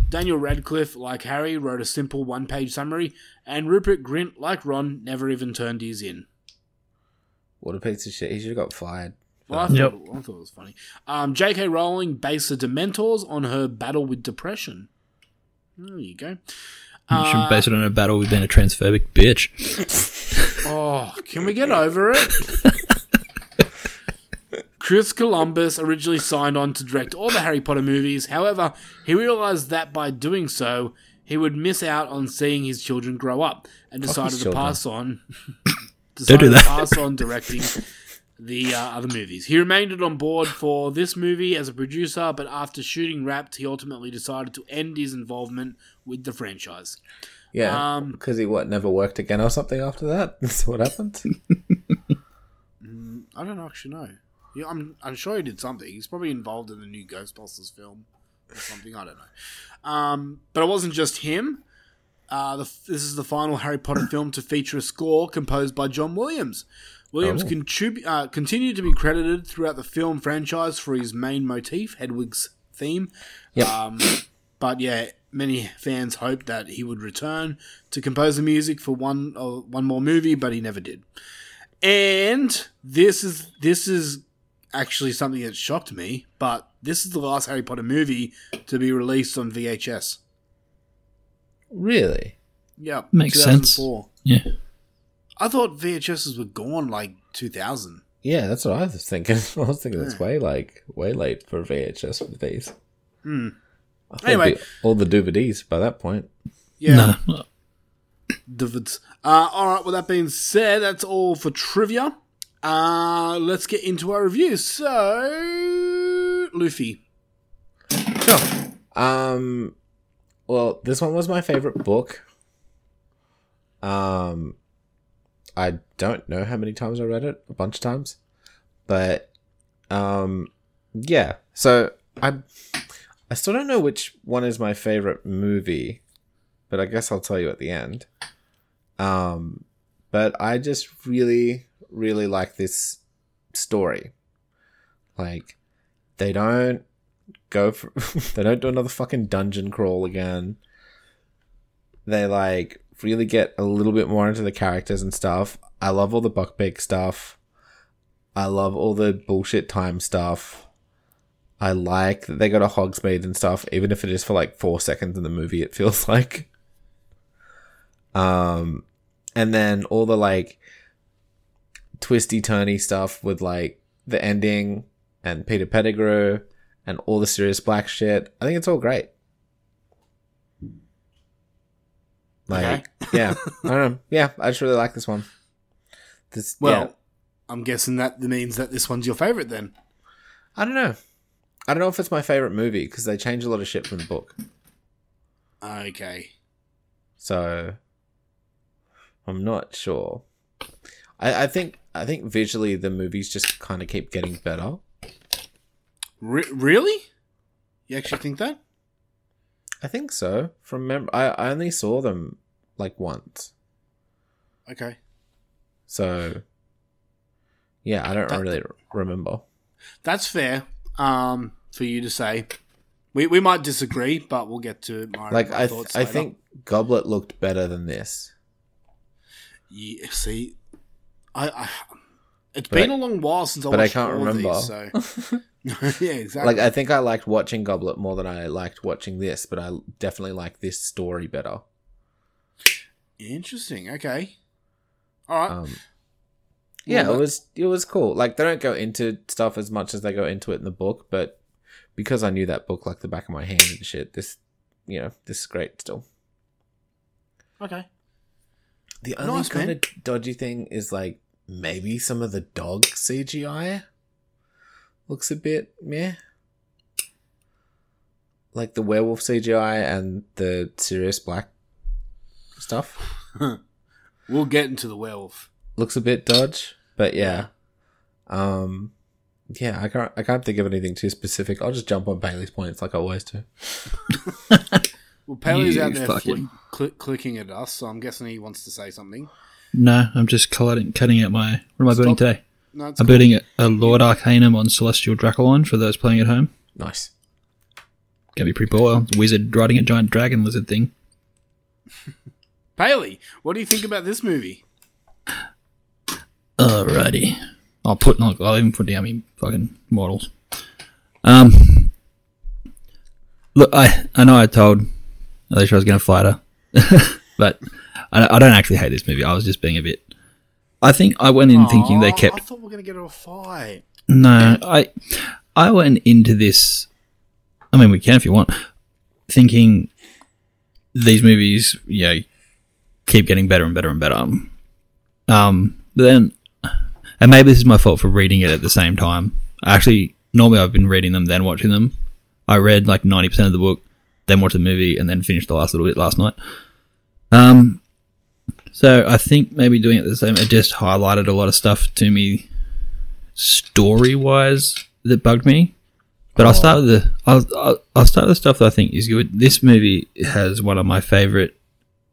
[SPEAKER 7] Daniel Radcliffe, like Harry, wrote a simple one page summary. And Rupert Grint, like Ron, never even turned his in.
[SPEAKER 8] What a piece of shit. He should have got fired.
[SPEAKER 7] Well, I,
[SPEAKER 9] Yep.
[SPEAKER 7] thought, I thought it was funny. Um, J.K. Rowling based the Dementors on her battle with depression. There you go.
[SPEAKER 9] You should
[SPEAKER 7] Uh,
[SPEAKER 9] base it on a battle with being a transphobic bitch.
[SPEAKER 7] oh, can we get over it? Chris Columbus originally signed on to direct all the Harry Potter movies. However, he realized that by doing so, he would miss out on seeing his children grow up and
[SPEAKER 8] Fuck
[SPEAKER 7] decided
[SPEAKER 8] his
[SPEAKER 7] to
[SPEAKER 8] children.
[SPEAKER 7] pass on.
[SPEAKER 9] Don't do
[SPEAKER 7] decided
[SPEAKER 9] that.
[SPEAKER 7] to pass on directing the uh, other movies. He remained on board for this movie as a producer, but after shooting Wrapped, he ultimately decided to end his involvement with the franchise.
[SPEAKER 8] Yeah.
[SPEAKER 7] Um,
[SPEAKER 8] Because he, what, never worked again or something after that? That's what happened.
[SPEAKER 7] I don't actually know. Yeah, I'm, I'm sure he did something. He's probably involved in the new Ghostbusters film or something. I don't know. Um, but it wasn't just him. Uh, the, this is the final Harry Potter film to feature a score composed by John Williams. Williams
[SPEAKER 8] Oh.
[SPEAKER 7] contrib- uh, continued to be credited throughout the film franchise for his main motif, Hedwig's theme.
[SPEAKER 8] Yep.
[SPEAKER 7] Um, but yeah, many fans hoped that he would return to compose the music for one uh, one more movie, but he never did. And this is this is actually something that shocked me, but this is the last Harry Potter movie to be released on VHS.
[SPEAKER 8] really?
[SPEAKER 7] Yeah,
[SPEAKER 9] Makes sense.
[SPEAKER 7] 2004.
[SPEAKER 9] Yeah.
[SPEAKER 7] I thought VHSs were gone like 2000.
[SPEAKER 8] Yeah, that's what I was thinking. I was thinking it's way like way late for VHS for these.
[SPEAKER 7] Hmm.
[SPEAKER 8] I thought
[SPEAKER 7] Anyway.
[SPEAKER 8] the- all the DVDs by that point.
[SPEAKER 7] Yeah.
[SPEAKER 9] No.
[SPEAKER 7] Divots. Uh, all right. Well, that being said, that's all for trivia. Uh, let's get into our review. So, Luffy.
[SPEAKER 8] Um, well, this one was my favorite book. Um, I don't know how many times I read it, a bunch of times, but um, yeah. So I, I still don't know which one is my favorite movie, but I guess I'll tell you at the end. Um, but I just really, really like this story. Like they don't go for they don't do another fucking dungeon crawl again. They like really get a little bit more into the characters and stuff. I love all the Buckbeak stuff. I love all the bullshit time stuff. I like that they got a Hogsmeade and stuff, even if it is for like four seconds in the movie, it feels like. Um, and then all the like twisty turny stuff with like the ending and Peter Pettigrew and all the serious black shit. I think it's all great. Like, okay. yeah, I don't know. Yeah, I just really like this one. This,
[SPEAKER 7] well,
[SPEAKER 8] yeah.
[SPEAKER 7] I'm guessing that means that this one's your favorite then.
[SPEAKER 8] I don't know. I don't know if it's my favorite movie because they change a lot of shit from the book.
[SPEAKER 7] Okay.
[SPEAKER 8] So, I'm not sure. I, I think I think visually the movies just kind of keep getting better.
[SPEAKER 7] Re- really? You actually think that?
[SPEAKER 8] I think so. From mem- I, I only saw them like once.
[SPEAKER 7] Okay.
[SPEAKER 8] So yeah, I don't that, really remember.
[SPEAKER 7] That's fair. Um, for you to say, we we might disagree, but we'll get to my
[SPEAKER 8] like
[SPEAKER 7] my
[SPEAKER 8] I th- I think Goblet looked better than this.
[SPEAKER 7] Yeah, see, I, I it's but, been a long while since I but watched I can't remember. These, so. yeah, exactly.
[SPEAKER 8] Like I think I liked watching Goblet more than I liked watching this, but I definitely like this story better.
[SPEAKER 7] Interesting. Okay. All right. Um,
[SPEAKER 8] Uh, yeah, well, it was it was cool. Like they don't go into stuff as much as they go into it in the book, but because I knew that book like the back of my hand and shit, this you know this is great still.
[SPEAKER 7] Okay.
[SPEAKER 8] The only nice, kind man. of dodgy thing is like maybe some of the dog CGI looks a bit meh. Like the werewolf CGI and the serious black stuff.
[SPEAKER 7] we'll get into the werewolf.
[SPEAKER 8] Looks a bit dodge, but yeah. Um yeah, I can't I can't think of anything too specific. I'll just jump on Bailey's points like I always do.
[SPEAKER 7] well, Bailey's out there fl- cl- clicking at us, so I'm guessing he wants to say something.
[SPEAKER 9] No, I'm just cutting, cutting out my. What am I Stop. building today? No, I'm cool. building a, a Lord Arcanum on Celestial Dracoline for those playing at home.
[SPEAKER 8] Nice.
[SPEAKER 9] Gonna be pretty cool. Wizard riding a giant dragon lizard thing.
[SPEAKER 7] Paley, what do you think about this movie?
[SPEAKER 9] Alrighty. I'll put. I'll, I'll even put down my fucking models. Um. Look, I I know I told Alicia I was gonna fight her, but I, I don't actually hate this movie. I was just being a bit. I think I went in Aww, thinking they kept.
[SPEAKER 7] Oh, I thought we are going to get a fight.
[SPEAKER 9] No, I, I went into this. I mean, we can if you want. Thinking these movies, you know, keep getting better and better and better. Um, but then, and maybe this is my fault for reading it at the same time. Actually, normally I've been reading them then watching them. I read like ninety percent of the book, then watched the movie, and then finished the last little bit last night. Um, so I think maybe doing it the same, it just highlighted a lot of stuff to me, story wise, that bugged me. But oh. I'll start with the I'll, I'll, I'll start with stuff that I think is good. This movie has one of my favorite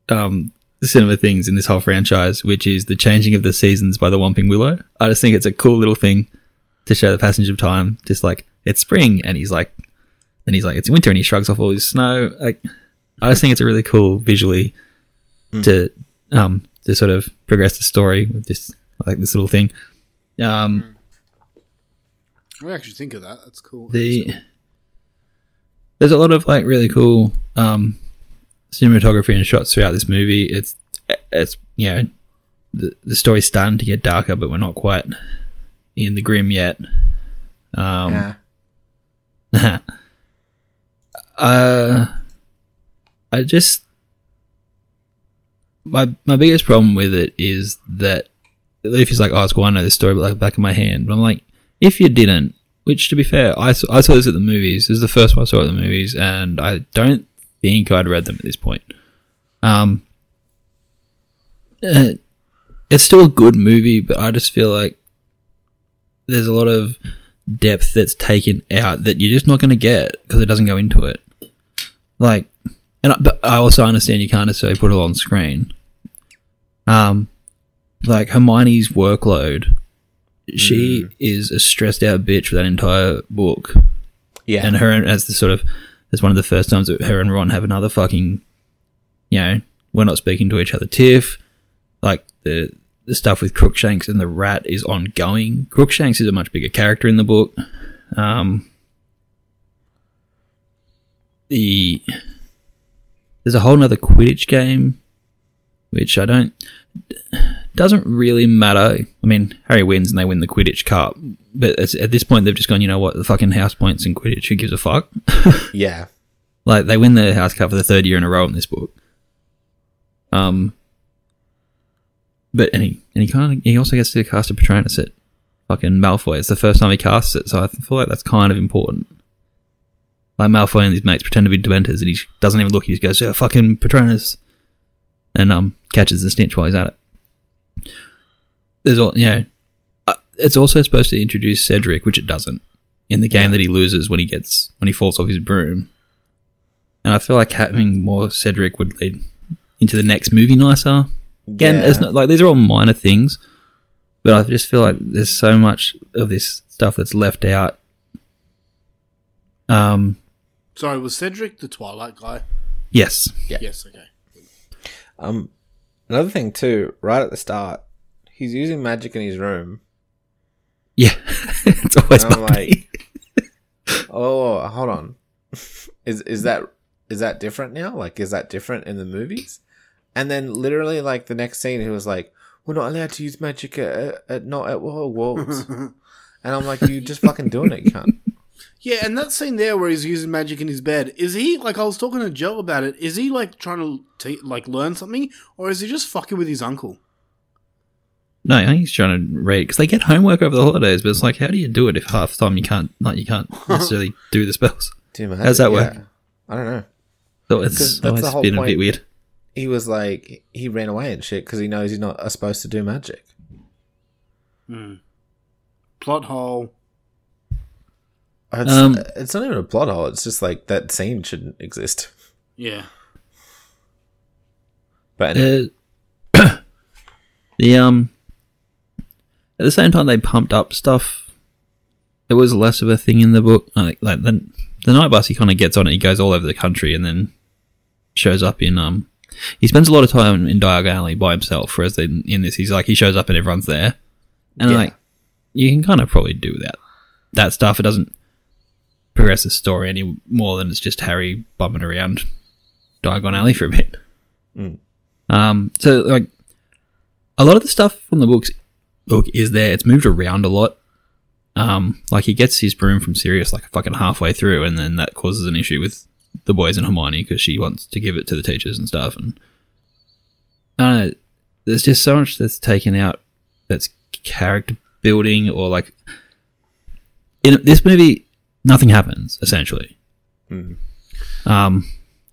[SPEAKER 9] um, cinema things in this whole franchise, which is the changing of the seasons by the Whomping Willow. I just think it's a cool little thing to show the passage of time. Just like it's spring, and he's like, and he's like it's winter, and he shrugs off all his snow. Like I just think it's a really cool visually mm. to um, to sort of progress the story with this like this little thing. Um,
[SPEAKER 7] I actually think of that. That's cool.
[SPEAKER 9] The there's a lot of like really cool um, cinematography and shots throughout this movie. It's it's you know the the story's starting to get darker, but we're not quite in the grim yet. Um, yeah. uh, I just my my biggest problem with it is that if it's like, oh, it's cool, I know this story, but like back of my hand. But I'm like, if you didn't, which to be fair, I saw, I saw this at the movies. This is the first one I saw at the movies, and I don't think I'd read them at this point. Um, eh, it's still a good movie, but I just feel like there's a lot of depth that's taken out that you're just not going to get because it doesn't go into it. Like, and I, but I also understand you can't necessarily put it on screen. Um, like Hermione's workload she mm. is a stressed out bitch for that entire book.
[SPEAKER 8] Yeah,
[SPEAKER 9] and her as the sort of it's one of the first times that her and Ron have another fucking, you know, we're not speaking to each other. Tiff, like the the stuff with Crookshanks and the Rat is ongoing. Crookshanks is a much bigger character in the book. Um, the there's a whole nother Quidditch game, which I don't doesn't really matter. I mean, Harry wins and they win the Quidditch Cup, but at this point they've just gone, you know what, the fucking house points in Quidditch. Who gives a fuck?
[SPEAKER 8] yeah,
[SPEAKER 9] like they win the house cup for the third year in a row in this book. Um, but and he and he kind of he also gets to cast a Patronus at fucking Malfoy. It's the first time he casts it, so I feel like that's kind of important. Like Malfoy and his mates pretend to be Dementors, and he doesn't even look. He just goes, "Yeah, fucking Patronus," and um catches the Snitch while he's at it. There's all yeah. You know, uh, it's also supposed to introduce Cedric, which it doesn't in the game yeah. that he loses when he gets when he falls off his broom. And I feel like having more Cedric would lead into the next movie nicer. Again, yeah. it's not like these are all minor things, but I just feel like there's so much of this stuff that's left out. Um,
[SPEAKER 7] sorry, was Cedric the Twilight guy?
[SPEAKER 9] Yes.
[SPEAKER 8] Yeah.
[SPEAKER 7] Yes. Okay.
[SPEAKER 8] Um, another thing too, right at the start, he's using magic in his room.
[SPEAKER 9] Yeah, it's always and I'm
[SPEAKER 8] like, oh, hold on, is is that is that different now? Like, is that different in the movies? And then literally, like the next scene, he was like, "We're not allowed to use magic at, at not at Hogwarts," and I'm like, "You just fucking doing it, cunt."
[SPEAKER 7] Yeah, and that scene there where he's using magic in his bed is he like I was talking to Joe about it? Is he like trying to te- like learn something, or is he just fucking with his uncle?
[SPEAKER 9] No, I think he's trying to read because they get homework over the holidays, but it's like, how do you do it if half the time you can't like you can't necessarily do the spells?
[SPEAKER 8] Do magic,
[SPEAKER 9] How's that work? Yeah.
[SPEAKER 8] I don't know.
[SPEAKER 9] So it's always been point. a bit weird
[SPEAKER 8] he was like he ran away and shit because he knows he's not supposed to do magic.
[SPEAKER 7] Mm. Plot hole.
[SPEAKER 8] It's, um, it's, not even a plot hole. It's just like that scene shouldn't exist.
[SPEAKER 7] Yeah.
[SPEAKER 8] But anyway.
[SPEAKER 9] uh, the um at the same time they pumped up stuff. It was less of a thing in the book. Like, like the the night bus, he kind of gets on it. He goes all over the country and then shows up in um he spends a lot of time in Diagon Alley by himself, whereas in, in, this he's like he shows up and everyone's there, and yeah. like you can kind of probably do that that stuff. It doesn't progress the story any more than it's just Harry bumming around Diagon Alley for a bit.
[SPEAKER 8] Mm.
[SPEAKER 9] Um, so like a lot of the stuff from the books book is there. It's moved around a lot. Um, like he gets his broom from Sirius like fucking halfway through, and then that causes an issue with the boys and Hermione because she wants to give it to the teachers and stuff. And uh, there's just so much that's taken out that's character building or like in this movie, nothing happens essentially.
[SPEAKER 8] Mm.
[SPEAKER 9] Um,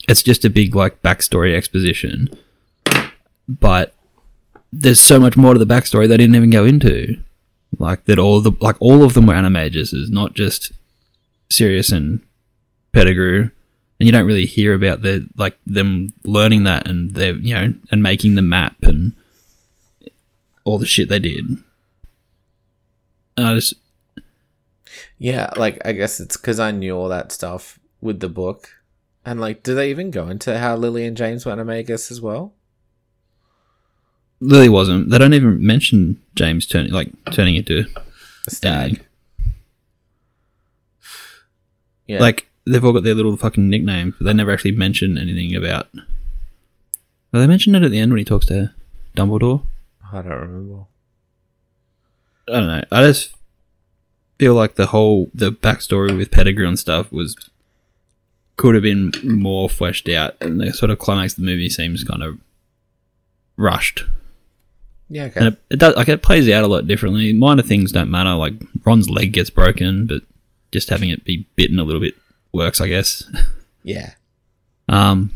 [SPEAKER 9] it's just a big like backstory exposition, but there's so much more to the backstory they didn't even go into. Like that, all the like all of them were animages, is not just Sirius and Pettigrew and you don't really hear about the like them learning that and they you know and making the map and all the shit they did. And I just
[SPEAKER 8] yeah, like I guess it's because I knew all that stuff with the book, and like, do they even go into how Lily and James were animagus as well?
[SPEAKER 9] Lily wasn't. They don't even mention James turning like turning into a stag. stag. Yeah, like they've all got their little fucking nicknames, but they never actually mention anything about. Well, they mentioned it at the end when he talks to Dumbledore.
[SPEAKER 8] I don't remember.
[SPEAKER 9] I don't know. I just feel like the whole the backstory with Pettigrew and stuff was could have been more fleshed out, and the sort of climax of the movie seems kind of rushed.
[SPEAKER 8] Yeah, okay.
[SPEAKER 9] And it, it does like it plays out a lot differently. Minor things don't matter. Like Ron's leg gets broken, but just having it be bitten a little bit works, I guess.
[SPEAKER 8] Yeah.
[SPEAKER 9] Um,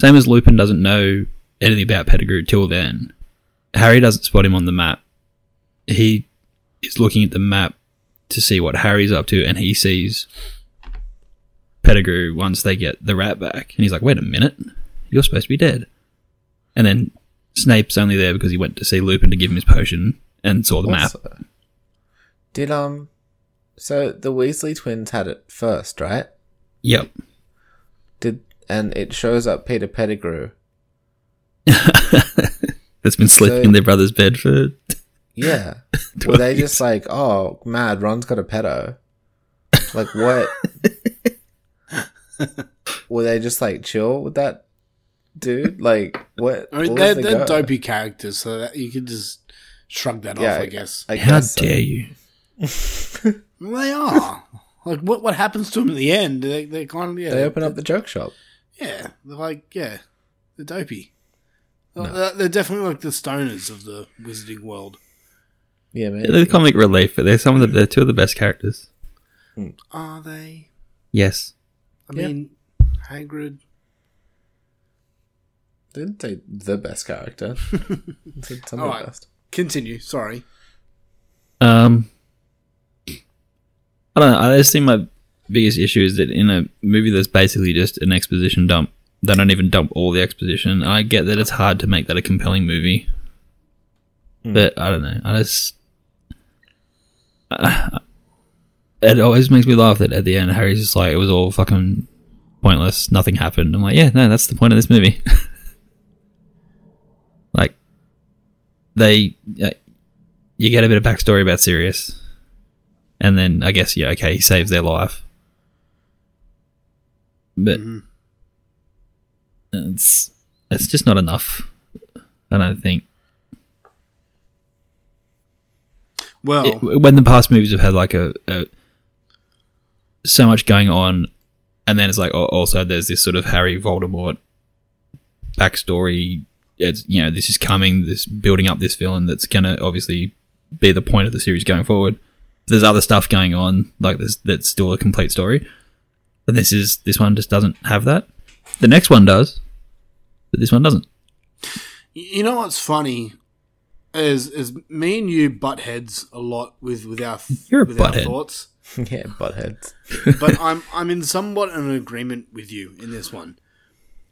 [SPEAKER 9] same as Lupin doesn't know anything about Pettigrew till then. Harry doesn't spot him on the map. He is looking at the map to see what Harry's up to, and he sees Pettigrew once they get the rat back. And he's like, wait a minute, you're supposed to be dead. And then Snape's only there because he went to see Lupin to give him his potion and saw the also, map.
[SPEAKER 8] uh, Did um, so the Weasley twins had it first, right?
[SPEAKER 9] Yep.
[SPEAKER 8] Did and it shows up Peter Pettigrew.
[SPEAKER 9] That's been
[SPEAKER 8] So-
[SPEAKER 9] sleeping in their brother's bed for
[SPEAKER 8] Yeah. Were
[SPEAKER 9] Twice.
[SPEAKER 8] they just like, oh, mad, Ron's got a pedo? Like, what? Were they just like chill with that dude? Like, what?
[SPEAKER 7] I
[SPEAKER 8] what
[SPEAKER 7] mean,
[SPEAKER 8] was
[SPEAKER 7] they're,
[SPEAKER 8] the
[SPEAKER 7] they're
[SPEAKER 8] go?
[SPEAKER 7] dopey characters, so that you can just shrug that
[SPEAKER 8] Yeah,
[SPEAKER 7] off, I
[SPEAKER 8] I-
[SPEAKER 7] guess.
[SPEAKER 8] I
[SPEAKER 9] How
[SPEAKER 8] guess um, so.
[SPEAKER 9] dare you?
[SPEAKER 7] they are. Like, what what happens to them in the end? They, they kind of, yeah.
[SPEAKER 8] They open up the joke shop.
[SPEAKER 7] Yeah. They're like, yeah, they're dopey. They're, they're definitely like the stoners of the wizarding world.
[SPEAKER 8] Yeah, man.
[SPEAKER 9] they're the comic relief, but they're some of the they're two of the best characters.
[SPEAKER 7] Are they?
[SPEAKER 9] Yes.
[SPEAKER 7] I
[SPEAKER 8] Yeah.
[SPEAKER 7] mean, Hagrid.
[SPEAKER 8] Didn't say the best character. Said some of
[SPEAKER 7] All
[SPEAKER 8] the
[SPEAKER 7] right.
[SPEAKER 8] best.
[SPEAKER 7] Continue. Sorry.
[SPEAKER 9] Um, I don't know. I just think my biggest issue is that in a movie that's basically just an exposition dump, they don't even dump all the exposition. I get that it's hard to make that a compelling movie, but I don't know. I just it always makes me laugh that at the end Harry's just like it was all fucking pointless. Nothing happened. I'm like, yeah, no, that's the point of this movie. like they. Uh, you get a bit of backstory about Sirius, and then I guess yeah, okay, he saves their life, but it's it's just not enough. I don't think.
[SPEAKER 7] Well,
[SPEAKER 9] It- when the past movies have had like a, a so much going on, and then it's like oh, also there's this sort of Harry Voldemort backstory. It's you know this is coming, this building up this villain that's gonna obviously be the point of the series going forward. There's other stuff going on like this that's still a complete story, and this is this one just doesn't have that. The next one does, but this one doesn't.
[SPEAKER 7] Y- You know what's funny is is me and you butt heads a lot with with our
[SPEAKER 9] You're a
[SPEAKER 7] with our
[SPEAKER 9] butthead.
[SPEAKER 7] thoughts,
[SPEAKER 8] yeah, buttheads.
[SPEAKER 7] but I'm I'm in somewhat an agreement with you in this one.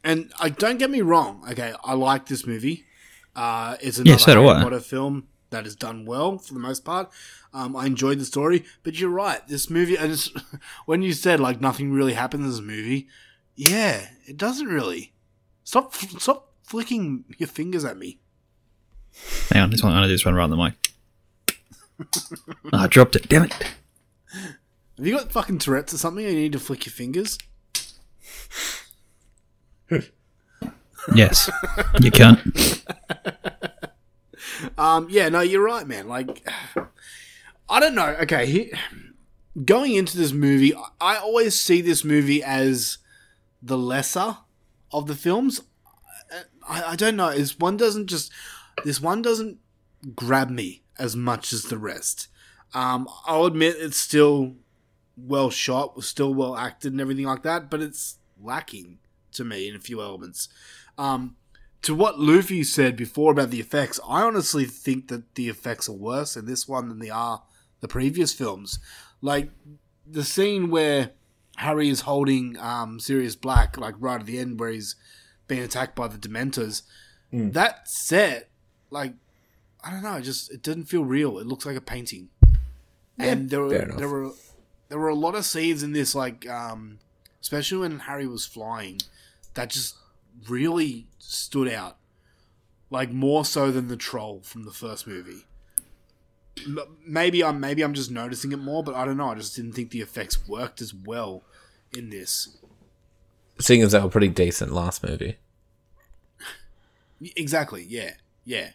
[SPEAKER 7] And I don't get me wrong. Okay, I like this movie. Uh, it's another
[SPEAKER 9] Yeah, so do
[SPEAKER 7] Harry
[SPEAKER 9] I.
[SPEAKER 7] Potter film that is done well for the most part. Um, I enjoyed the story, but you're right. This movie, I just when you said like nothing really happens in this movie, yeah, it doesn't really. Stop stop flicking your fingers at me.
[SPEAKER 9] Hang on, this one I'm gonna do this one right on the mic. Ah, I dropped it. Damn it.
[SPEAKER 7] Have you got fucking Tourette's or something? And you need to flick your fingers.
[SPEAKER 9] Yes, you cunt.
[SPEAKER 7] Um, yeah, no, you're right, man. Like, I don't know. Okay, he, going into this movie, I- I always see this movie as the lesser of the films. I, I don't know. This one doesn't just this one doesn't grab me as much as the rest. Um, I'll admit it's still well shot, still well acted, and everything like that, but it's lacking to me in a few elements. Um, to what Luffy said before about the effects, I honestly think that the effects are worse in this one than they are the previous films. Like the scene where Harry is holding um, Sirius Black, like right at the end where he's being attacked by the Dementors.
[SPEAKER 8] Mm.
[SPEAKER 7] That set, like, I don't know, it just it didn't feel real. It looks like a painting. and there
[SPEAKER 8] fair
[SPEAKER 7] were
[SPEAKER 8] enough.
[SPEAKER 7] there were there were a lot of scenes in this, like, um, especially when Harry was flying, that just really stood out, like more so than the troll from the first movie. M- Maybe I'm maybe I'm just noticing it more, but I don't know. I just didn't think the effects worked as well in this.
[SPEAKER 8] Seeing as they were pretty decent last movie.
[SPEAKER 7] Y- Exactly. Yeah. Yeah.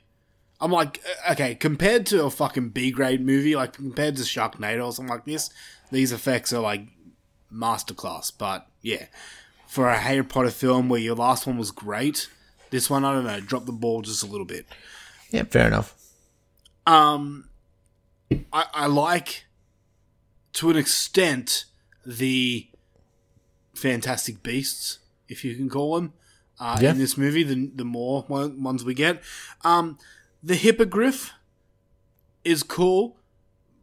[SPEAKER 7] I'm like, uh, okay, compared to a fucking B grade movie, like compared to Sharknado or something like this, these effects are like masterclass. But yeah, for a Harry Potter film where your last one was great, this one I don't know, drop the ball just a little bit.
[SPEAKER 8] Yeah, fair enough.
[SPEAKER 7] Um, I, I like to an extent the Fantastic Beasts, if you can call them, uh,
[SPEAKER 8] Yeah.
[SPEAKER 7] in this movie. The the more one, ones we get, um, the hippogriff is cool.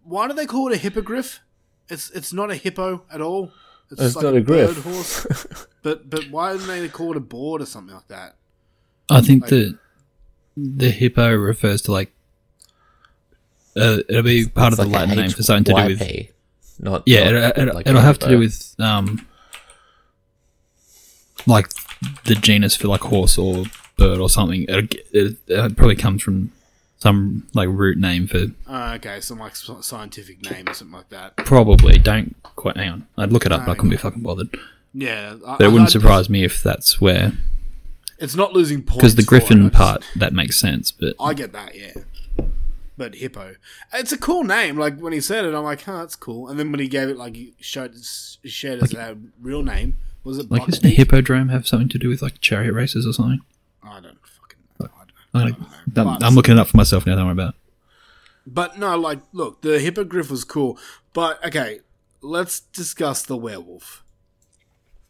[SPEAKER 7] Why do they call it a hippogriff? It's it's not a hippo at all.
[SPEAKER 8] It's
[SPEAKER 7] like
[SPEAKER 8] not a griff.
[SPEAKER 7] Bird horse. but but why didn't they call it a board or something like that?
[SPEAKER 9] I think the the hippo refers to like Uh, it'll be part
[SPEAKER 8] It's
[SPEAKER 9] of the
[SPEAKER 8] like a
[SPEAKER 9] Latin name for something to do with.
[SPEAKER 8] HYP, not-
[SPEAKER 9] yeah,
[SPEAKER 8] not
[SPEAKER 9] it'll, it'll,
[SPEAKER 8] like
[SPEAKER 9] it'll have to do
[SPEAKER 8] Haribo.
[SPEAKER 9] with um, like the genus for like horse or bird or something. It'll, g- it, it probably comes from some like root name for
[SPEAKER 7] Uh, okay, some like s- scientific name or something like that.
[SPEAKER 9] probably. Don't quite hang on. I'd look it up. but I couldn't be fucking bothered.
[SPEAKER 7] Yeah, I-
[SPEAKER 9] but it
[SPEAKER 7] I-
[SPEAKER 9] wouldn't
[SPEAKER 7] I-
[SPEAKER 9] surprise me if that's where
[SPEAKER 7] It's not losing points
[SPEAKER 9] because the
[SPEAKER 7] for it, I
[SPEAKER 9] griffin
[SPEAKER 7] just-
[SPEAKER 9] part that makes sense. But
[SPEAKER 7] I get that, yeah. But hippo, it's a cool name. Like when he said it, I'm like, "Huh, that's cool." And then when he gave it, like, he showed he shared his uh, real name. Was it
[SPEAKER 9] like, doesn't
[SPEAKER 7] Bucksby?
[SPEAKER 9] hippodrome have something to do with like chariot races or something?
[SPEAKER 7] I don't.
[SPEAKER 9] I'm, gonna, I'm,
[SPEAKER 7] But-
[SPEAKER 9] I'm looking it up for myself now. Don't worry about. it.
[SPEAKER 7] But no, like, look, the hippogriff was cool. But okay, let's discuss the werewolf.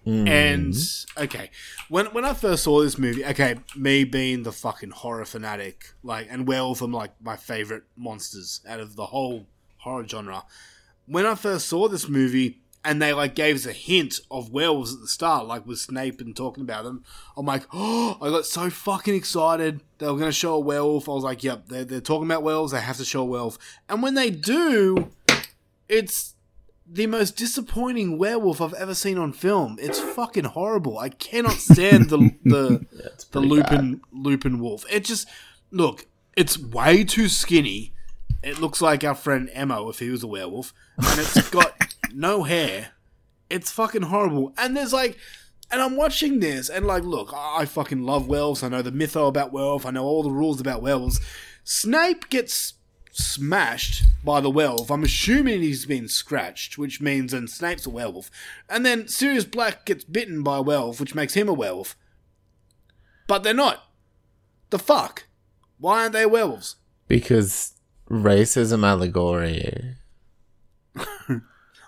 [SPEAKER 7] And okay, when when I first saw this movie, okay, me being the fucking horror fanatic, like, and werewolf, I'm like my favorite monsters out of the whole horror genre. When I first saw this movie, and they like gave us a hint of werewolves at the start, like with Snape and talking about them, I'm like, oh, I got so fucking excited. They were gonna show a werewolf. I was like, yep, they're, they're talking about werewolves. They have to show a werewolf. And when they do, it's the most disappointing werewolf I've ever seen on film. It's fucking horrible. I cannot stand the the the Lupin Lupin wolf. It just look, it's way too skinny. It looks like our friend Emo if he was a werewolf, and it's got no hair. It's fucking horrible. And there's like, and I'm watching this, and like, look, I I fucking love werewolves. I know the mytho about werewolf. I know all the rules about werewolves. Snape gets smashed by the werewolf. I'm assuming he's been scratched, which means then Snape's a werewolf. And then Sirius Black gets bitten by a werewolf, which makes him a werewolf. But they're not. The fuck? Why aren't they werewolves?
[SPEAKER 8] because racism allegory.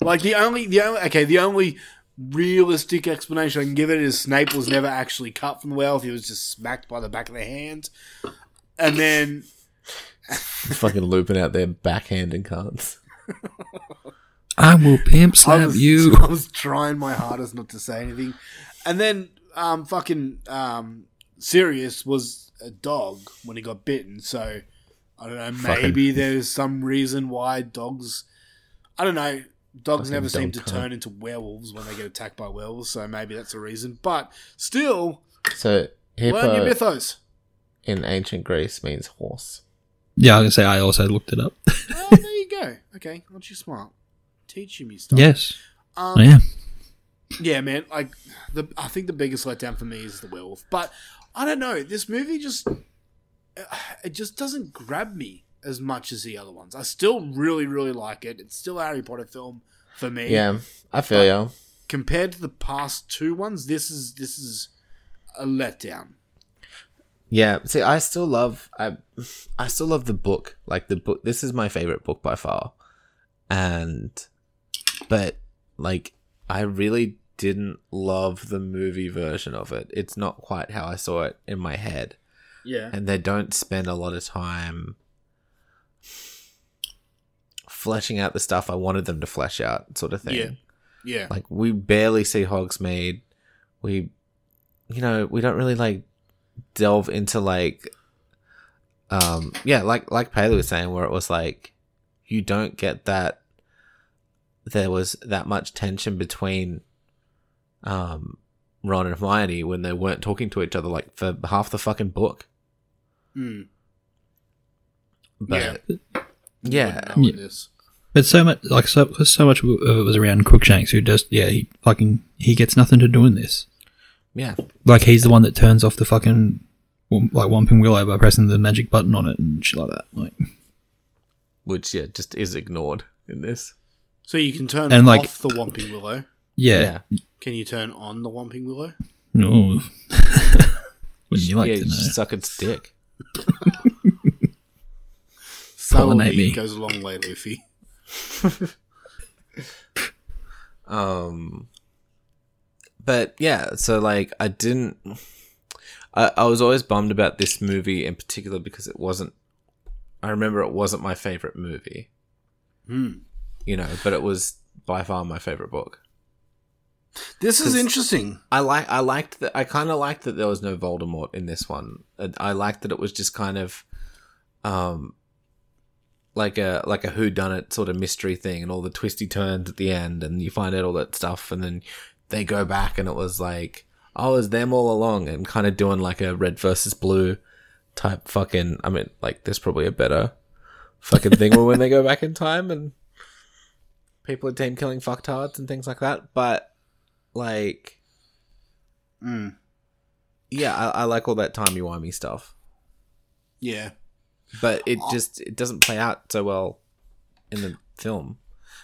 [SPEAKER 7] Like the only the only okay the only realistic explanation I can give it is Snape was never actually cut from the werewolf. He was just smacked by the back of the hand, and then
[SPEAKER 8] Fucking looping out their backhanded cunts.
[SPEAKER 9] I will pimp slap
[SPEAKER 7] I was,
[SPEAKER 9] you.
[SPEAKER 7] I was trying my hardest not to say anything, and then um fucking um Sirius was a dog when he got bitten. So I don't know.
[SPEAKER 8] Fucking-
[SPEAKER 7] Maybe there's some reason why dogs. I don't know. Dogs
[SPEAKER 8] Fucking
[SPEAKER 7] never seem to
[SPEAKER 8] dog cunt.
[SPEAKER 7] turn into werewolves when they get attacked by werewolves, so maybe that's a reason. But still,
[SPEAKER 8] So
[SPEAKER 7] Learn your
[SPEAKER 8] hippo
[SPEAKER 7] mythos.
[SPEAKER 8] in ancient Greece means horse.
[SPEAKER 9] Yeah, I was gonna say I also looked it up.
[SPEAKER 7] Oh, there you go. Okay, aren't you smart? Teaching me stuff.
[SPEAKER 9] Yes,
[SPEAKER 7] Um,
[SPEAKER 9] I am.
[SPEAKER 7] Yeah, man. Like, the I think the biggest letdown for me is the werewolf. But I don't know. This movie just it just doesn't grab me as much as the other ones. I still really, really like it. It's still a Harry Potter film for me.
[SPEAKER 8] Yeah, I feel you.
[SPEAKER 7] Compared to the past two ones, this is this is a letdown.
[SPEAKER 8] Yeah, see, I still love, I, I still love the book. Like the book, this is my favorite book by far, and, but like, I really didn't love the movie version of it. It's not quite how I saw it in my head,
[SPEAKER 7] Yeah.
[SPEAKER 8] and they don't spend a lot of time fleshing out the stuff I wanted them to flesh out, sort of thing.
[SPEAKER 7] Yeah. Yeah.
[SPEAKER 8] Like we barely see Hogsmeade. We, you know, we don't really like delve into like, um, yeah, like like Paley was saying, where it was like, you don't get that. There was that much tension between, um, Ron and Hermione when they weren't talking to each other like for half the fucking book.
[SPEAKER 7] Mm.
[SPEAKER 8] But yeah,
[SPEAKER 7] Wouldn't know
[SPEAKER 9] Yeah.
[SPEAKER 7] it is.
[SPEAKER 9] But so much, like so, so much of it was around Crookshanks, who just yeah, he fucking he gets nothing to do in this.
[SPEAKER 8] yeah.
[SPEAKER 9] Like he's the one that turns off the fucking like Wamping Willow by pressing the magic button on it and shit like that. Like
[SPEAKER 8] which yeah just is ignored in this.
[SPEAKER 7] So you can turn
[SPEAKER 9] And, like-
[SPEAKER 7] off the Whomping Willow.
[SPEAKER 9] yeah,
[SPEAKER 7] Can you turn on the Whomping Willow?
[SPEAKER 9] no. Wouldn't you like
[SPEAKER 8] yeah,
[SPEAKER 9] to
[SPEAKER 8] you
[SPEAKER 9] know?
[SPEAKER 8] suck its dick.
[SPEAKER 7] So
[SPEAKER 9] Pollinate me.
[SPEAKER 7] goes a long way, Luffy.
[SPEAKER 8] Um, but yeah, so like I didn't. I, I was always bummed about this movie in particular because it wasn't. I remember it wasn't my favorite movie,
[SPEAKER 7] Hmm.
[SPEAKER 8] you know, but it was by far my favorite book.
[SPEAKER 7] This is
[SPEAKER 8] 'Cause-
[SPEAKER 7] interesting.
[SPEAKER 8] I like. I liked that. I kind of liked that there was no Voldemort in this one. And I liked that it was just kind of, um, like a like a who done it sort of mystery thing and all the twisty turns at the end and you find out all that stuff and then they go back and it was like oh, it was them all along and kind of doing like a red versus blue type fucking I mean like there's probably a better fucking thing when they go back in time and people are team killing fucktards and things like that but like
[SPEAKER 7] mm.
[SPEAKER 8] yeah I, I like all that timey-wimey stuff
[SPEAKER 7] yeah
[SPEAKER 8] but
[SPEAKER 9] Oh.
[SPEAKER 8] it just it doesn't play out so well in the film.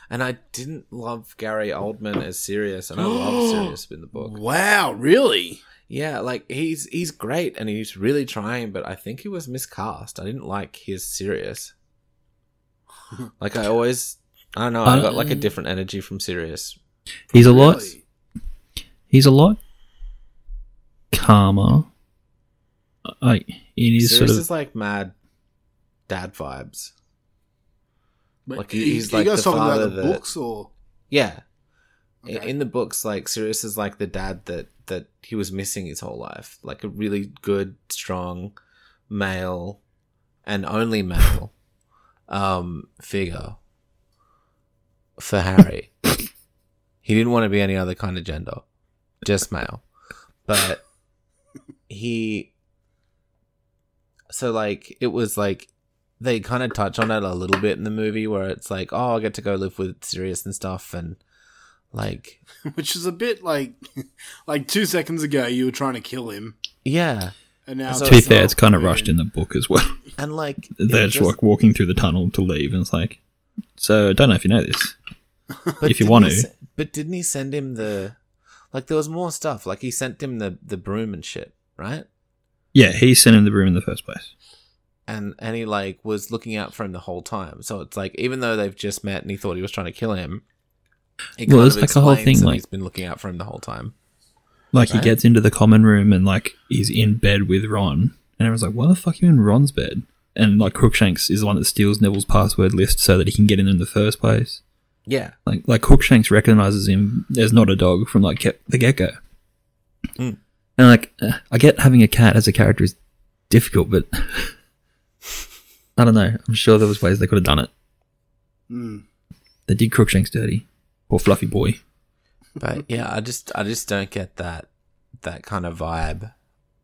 [SPEAKER 8] And I didn't love Gary Oldman as Sirius, and I love Sirius in the book.
[SPEAKER 7] Wow, really?
[SPEAKER 8] Yeah, like he's he's great and he's really trying, but I think he was miscast. I didn't like his Sirius. Like I always, I don't know, I got like a different energy from Sirius.
[SPEAKER 9] He's a lot. He's a lot calmer. Like in his
[SPEAKER 8] Sirius
[SPEAKER 9] sort of
[SPEAKER 8] is like mad dad vibes.
[SPEAKER 7] But like he, he's like the father about the that, books or
[SPEAKER 8] yeah. Okay. In the books, like Sirius is like the dad that that he was missing his whole life, like a really good, strong male, and only male um, figure for Harry. he didn't want to be any other kind of gender, just male. But he, so like it was like they kind of touch on it a little bit in the movie where it's like, oh, I get to go live with Sirius and stuff, and like,
[SPEAKER 7] which is a bit like, like two seconds ago you were trying to kill him.
[SPEAKER 8] Yeah.
[SPEAKER 7] And now,
[SPEAKER 9] so to be fair, it's kind of rushed in the book as well.
[SPEAKER 8] And like,
[SPEAKER 9] they're just, like walking through the tunnel to leave, and it's like, so I don't know if you know this, if you want to.
[SPEAKER 8] Se- but didn't he send him the, like, there was more stuff. Like he sent him the the broom and shit, right?
[SPEAKER 9] Yeah, he sent him the broom in the first place
[SPEAKER 8] and and he like was looking out for him the whole time. So it's like even though they've just met and he thought he was trying to kill him, it
[SPEAKER 9] well, it's like a whole thing. Like
[SPEAKER 8] he's been looking out for him the whole time.
[SPEAKER 9] Like right? he gets into the common room and like he's in bed with Ron, and everyone's like, "Why the fuck are you in Ron's bed?" And like Crookshanks is the one that steals Neville's password list so that he can get in in the first place.
[SPEAKER 8] Yeah,
[SPEAKER 9] like like Crookshanks recognizes him as not a dog from like ke- the get go.
[SPEAKER 8] Mm.
[SPEAKER 9] And like, uh, I get having a cat as a character is difficult, but I don't know. I'm sure there was ways they could have done it.
[SPEAKER 7] Mm.
[SPEAKER 9] They did Crookshanks dirty. Poor fluffy boy.
[SPEAKER 8] But yeah, I just I just don't get that that kind of vibe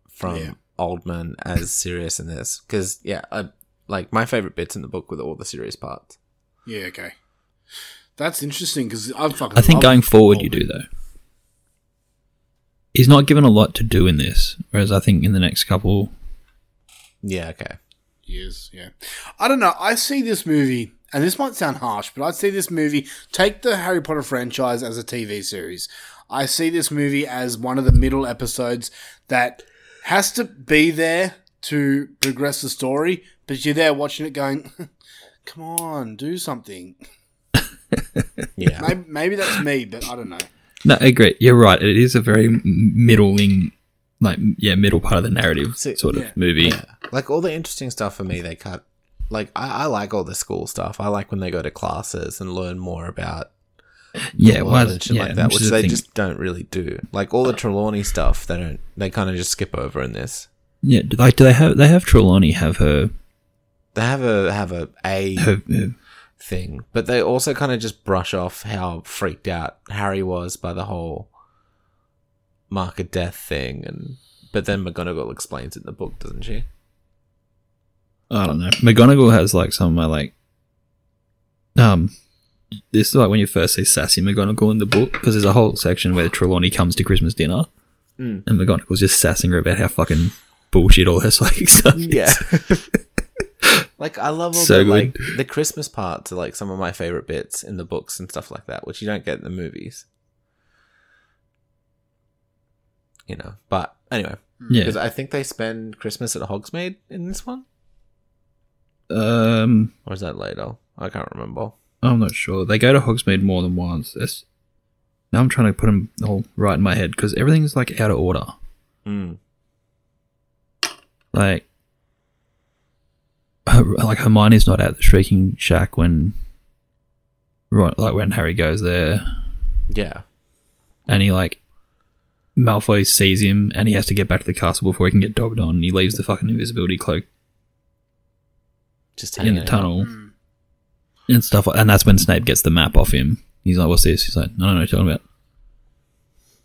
[SPEAKER 8] from yeah. Oldman as serious in this because yeah, I, like my favorite bits in the book were all the serious parts.
[SPEAKER 7] Yeah. Okay. That's interesting because I fucking.
[SPEAKER 9] I think going forward, Oldman. you do though. He's not given a lot to do in this, whereas I think in the next couple.
[SPEAKER 8] Yeah. Okay
[SPEAKER 7] years. Yeah, I don't know. I see this movie, and this might sound harsh, but I see this movie take the Harry Potter franchise as a TV series. I see this movie as one of the middle episodes that has to be there to progress the story, but you're there watching it going, "Come on, do something."
[SPEAKER 8] yeah,
[SPEAKER 7] maybe, maybe, that's me, but I don't know.
[SPEAKER 9] No, I agree. You're right. It is a very middling like yeah middle part of the narrative so, sort of
[SPEAKER 8] yeah.
[SPEAKER 9] movie
[SPEAKER 8] yeah. like all the interesting stuff for me they cut like I, I, like all the school stuff i like when they go to classes and learn more about
[SPEAKER 9] yeah well,
[SPEAKER 8] and shit
[SPEAKER 9] yeah,
[SPEAKER 8] like that which they thing. just don't really do like all the trelawney stuff they don't they kind of just skip over in this
[SPEAKER 9] yeah like do they have they have trelawney have her
[SPEAKER 8] they have a have a a
[SPEAKER 9] her, her.
[SPEAKER 8] thing but they also kind of just brush off how freaked out harry was by the whole mark of death thing, and but then McGonagall explains it in the book, doesn't she?
[SPEAKER 9] I don't know. McGonagall has like some of my like, um, this is like when you first see sassy McGonagall in the book because there's a whole section where Trelawney comes to Christmas dinner,
[SPEAKER 8] mm.
[SPEAKER 9] and McGonagall's just sassing her about how fucking bullshit all her psychic stuff. Is.
[SPEAKER 8] Yeah. like I love all so the like good. the Christmas parts are like some of my favorite bits in the books and stuff like that, which you don't get in the movies. you know. But anyway,
[SPEAKER 9] because yeah.
[SPEAKER 8] I think they spend Christmas at Hogsmeade in this one.
[SPEAKER 9] Um,
[SPEAKER 8] or is that later? I can't remember.
[SPEAKER 9] I'm not sure. They go to Hogsmeade more than once. That's, now I'm trying to put them all right in my head because everything's like out of order.
[SPEAKER 8] Mm.
[SPEAKER 9] Like, her, like Hermione's not at the Shrieking Shack when, right, like when Harry goes there.
[SPEAKER 8] Yeah.
[SPEAKER 9] And he like Malfoy sees him and he has to get back to the castle before he can get dogged on. And he leaves the fucking invisibility cloak
[SPEAKER 8] just
[SPEAKER 9] in the tunnel.
[SPEAKER 8] Mm.
[SPEAKER 9] and stuff. like- And that's when Snape gets the map off him. He's like, "What's this?" He's like, "I don't know what you're talking about."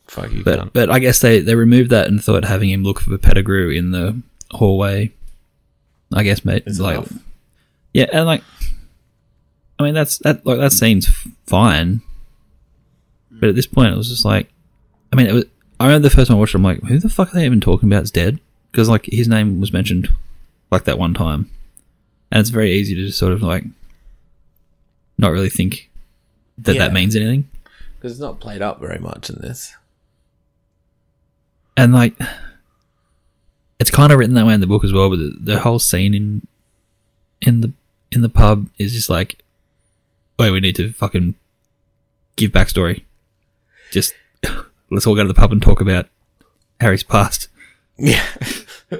[SPEAKER 8] Fuck you,
[SPEAKER 9] But
[SPEAKER 8] cunt.
[SPEAKER 9] but I guess they they removed that and thought having him look for Pettigrew in the hallway. I guess mate,
[SPEAKER 8] Is
[SPEAKER 9] like,
[SPEAKER 8] enough.
[SPEAKER 9] yeah, and like, I mean that's that like that seems f- fine, but at this point it was just like, I mean it was. I remember the first time I watched it, I'm like, who the fuck are they even talking about? Is dead because like his name was mentioned like that one time, and it's very easy to just sort of like not really think that
[SPEAKER 8] Yeah.
[SPEAKER 9] that means anything.
[SPEAKER 8] Because it's not played up very much in this.
[SPEAKER 9] and like it's kind of written that way in the book as well but the, the whole scene in in the in the pub is just like wait we need to fucking give backstory just let's all go to the pub and talk about harry's past
[SPEAKER 8] Yeah.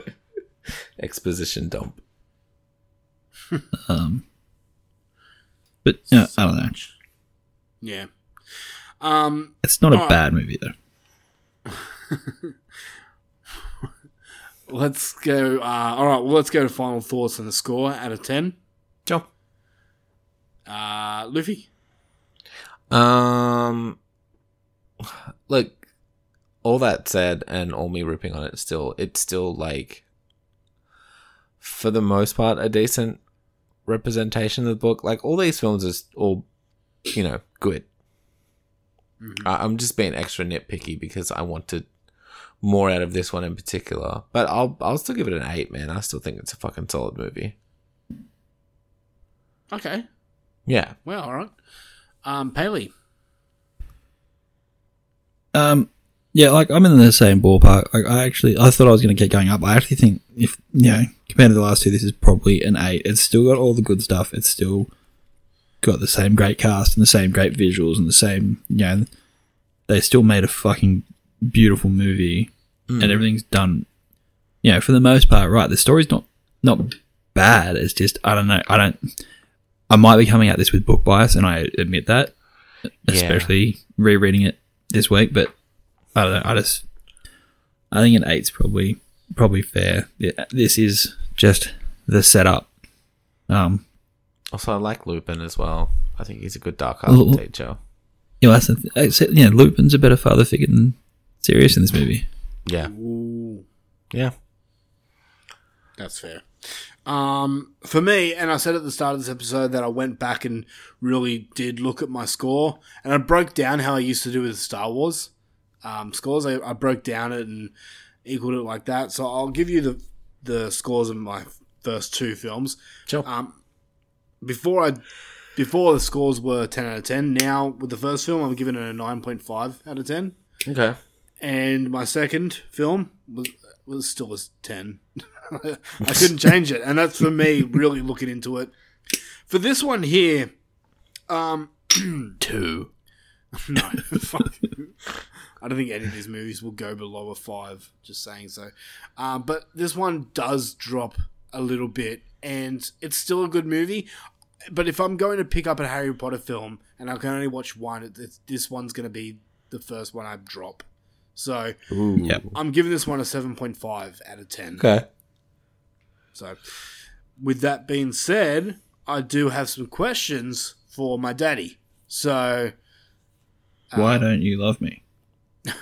[SPEAKER 8] Exposition dump.
[SPEAKER 9] um but yeah, i don't know
[SPEAKER 7] Yeah. Um,
[SPEAKER 9] it's not a
[SPEAKER 7] all right,
[SPEAKER 9] bad movie though
[SPEAKER 7] Let's go. Uh, all right. Well, let's go to final thoughts on the score out of 10.
[SPEAKER 8] Sure.
[SPEAKER 7] Uh, Luffy.
[SPEAKER 8] Um, look, all that said, and all me ripping on it, still, it's still like, for the most part, a decent representation of the book. Like all these films is all, you know, good. I- I'm just being extra nitpicky because I wanted more out of this one in particular. But I'll I'll still give it an eight, man. I still think it's a fucking solid movie.
[SPEAKER 7] Okay.
[SPEAKER 8] Yeah.
[SPEAKER 7] Well, all right. Um, Paley.
[SPEAKER 9] Um, yeah, like I'm in the same ballpark. Like I actually, I thought I was going to get going up. I actually think if you know compared to the last two, this is probably an eight. It's still got all the good stuff. It's still got the same great cast and the same great visuals and the same you know they still made a fucking beautiful movie
[SPEAKER 8] Mm.
[SPEAKER 9] and everything's done you know for the most part right the story's not not bad it's just i don't know i don't i might be coming at this with book bias and i admit that especially rereading it this week but i don't know i just i think an eight's probably probably fair Yeah, this is just the setup um
[SPEAKER 8] Also, I like Lupin as well. I think he's a good dark
[SPEAKER 9] Oh,
[SPEAKER 8] arts teacher.
[SPEAKER 9] you know that's the th- except, yeah lupin's a better father figure than Sirius in this movie
[SPEAKER 8] Yeah.
[SPEAKER 7] Ooh.
[SPEAKER 8] Yeah.
[SPEAKER 7] That's fair. Um, for me, and I said at the start of this episode that I went back and really did look at my score, and I broke down how I used to do with Star Wars um, scores. I, I broke down it and equaled it like that. So I'll give you the the scores of my first two films.
[SPEAKER 8] Sure.
[SPEAKER 7] Um, before I, before the scores were ten out of ten. Now with the first film, I'm giving it a nine point five out of ten,
[SPEAKER 8] Okay.
[SPEAKER 7] and my second film was was still a ten. I couldn't change it, and that's for me really looking into it. For this one here, um,
[SPEAKER 8] Two.
[SPEAKER 7] no, fuck. I don't think any of these movies will go below a five. Just saying so, um, but this one does drop a little bit, and it's still a good movie. But if I'm going to pick up a Harry Potter film and I can only watch one, it- it's, this one's going to be the first one I drop. So
[SPEAKER 8] Ooh.
[SPEAKER 9] Yep.
[SPEAKER 7] I'm giving this one a seven point five out of ten.
[SPEAKER 8] Okay.
[SPEAKER 7] So, with that being said, I do have some questions for my daddy. So,
[SPEAKER 9] why don't you love me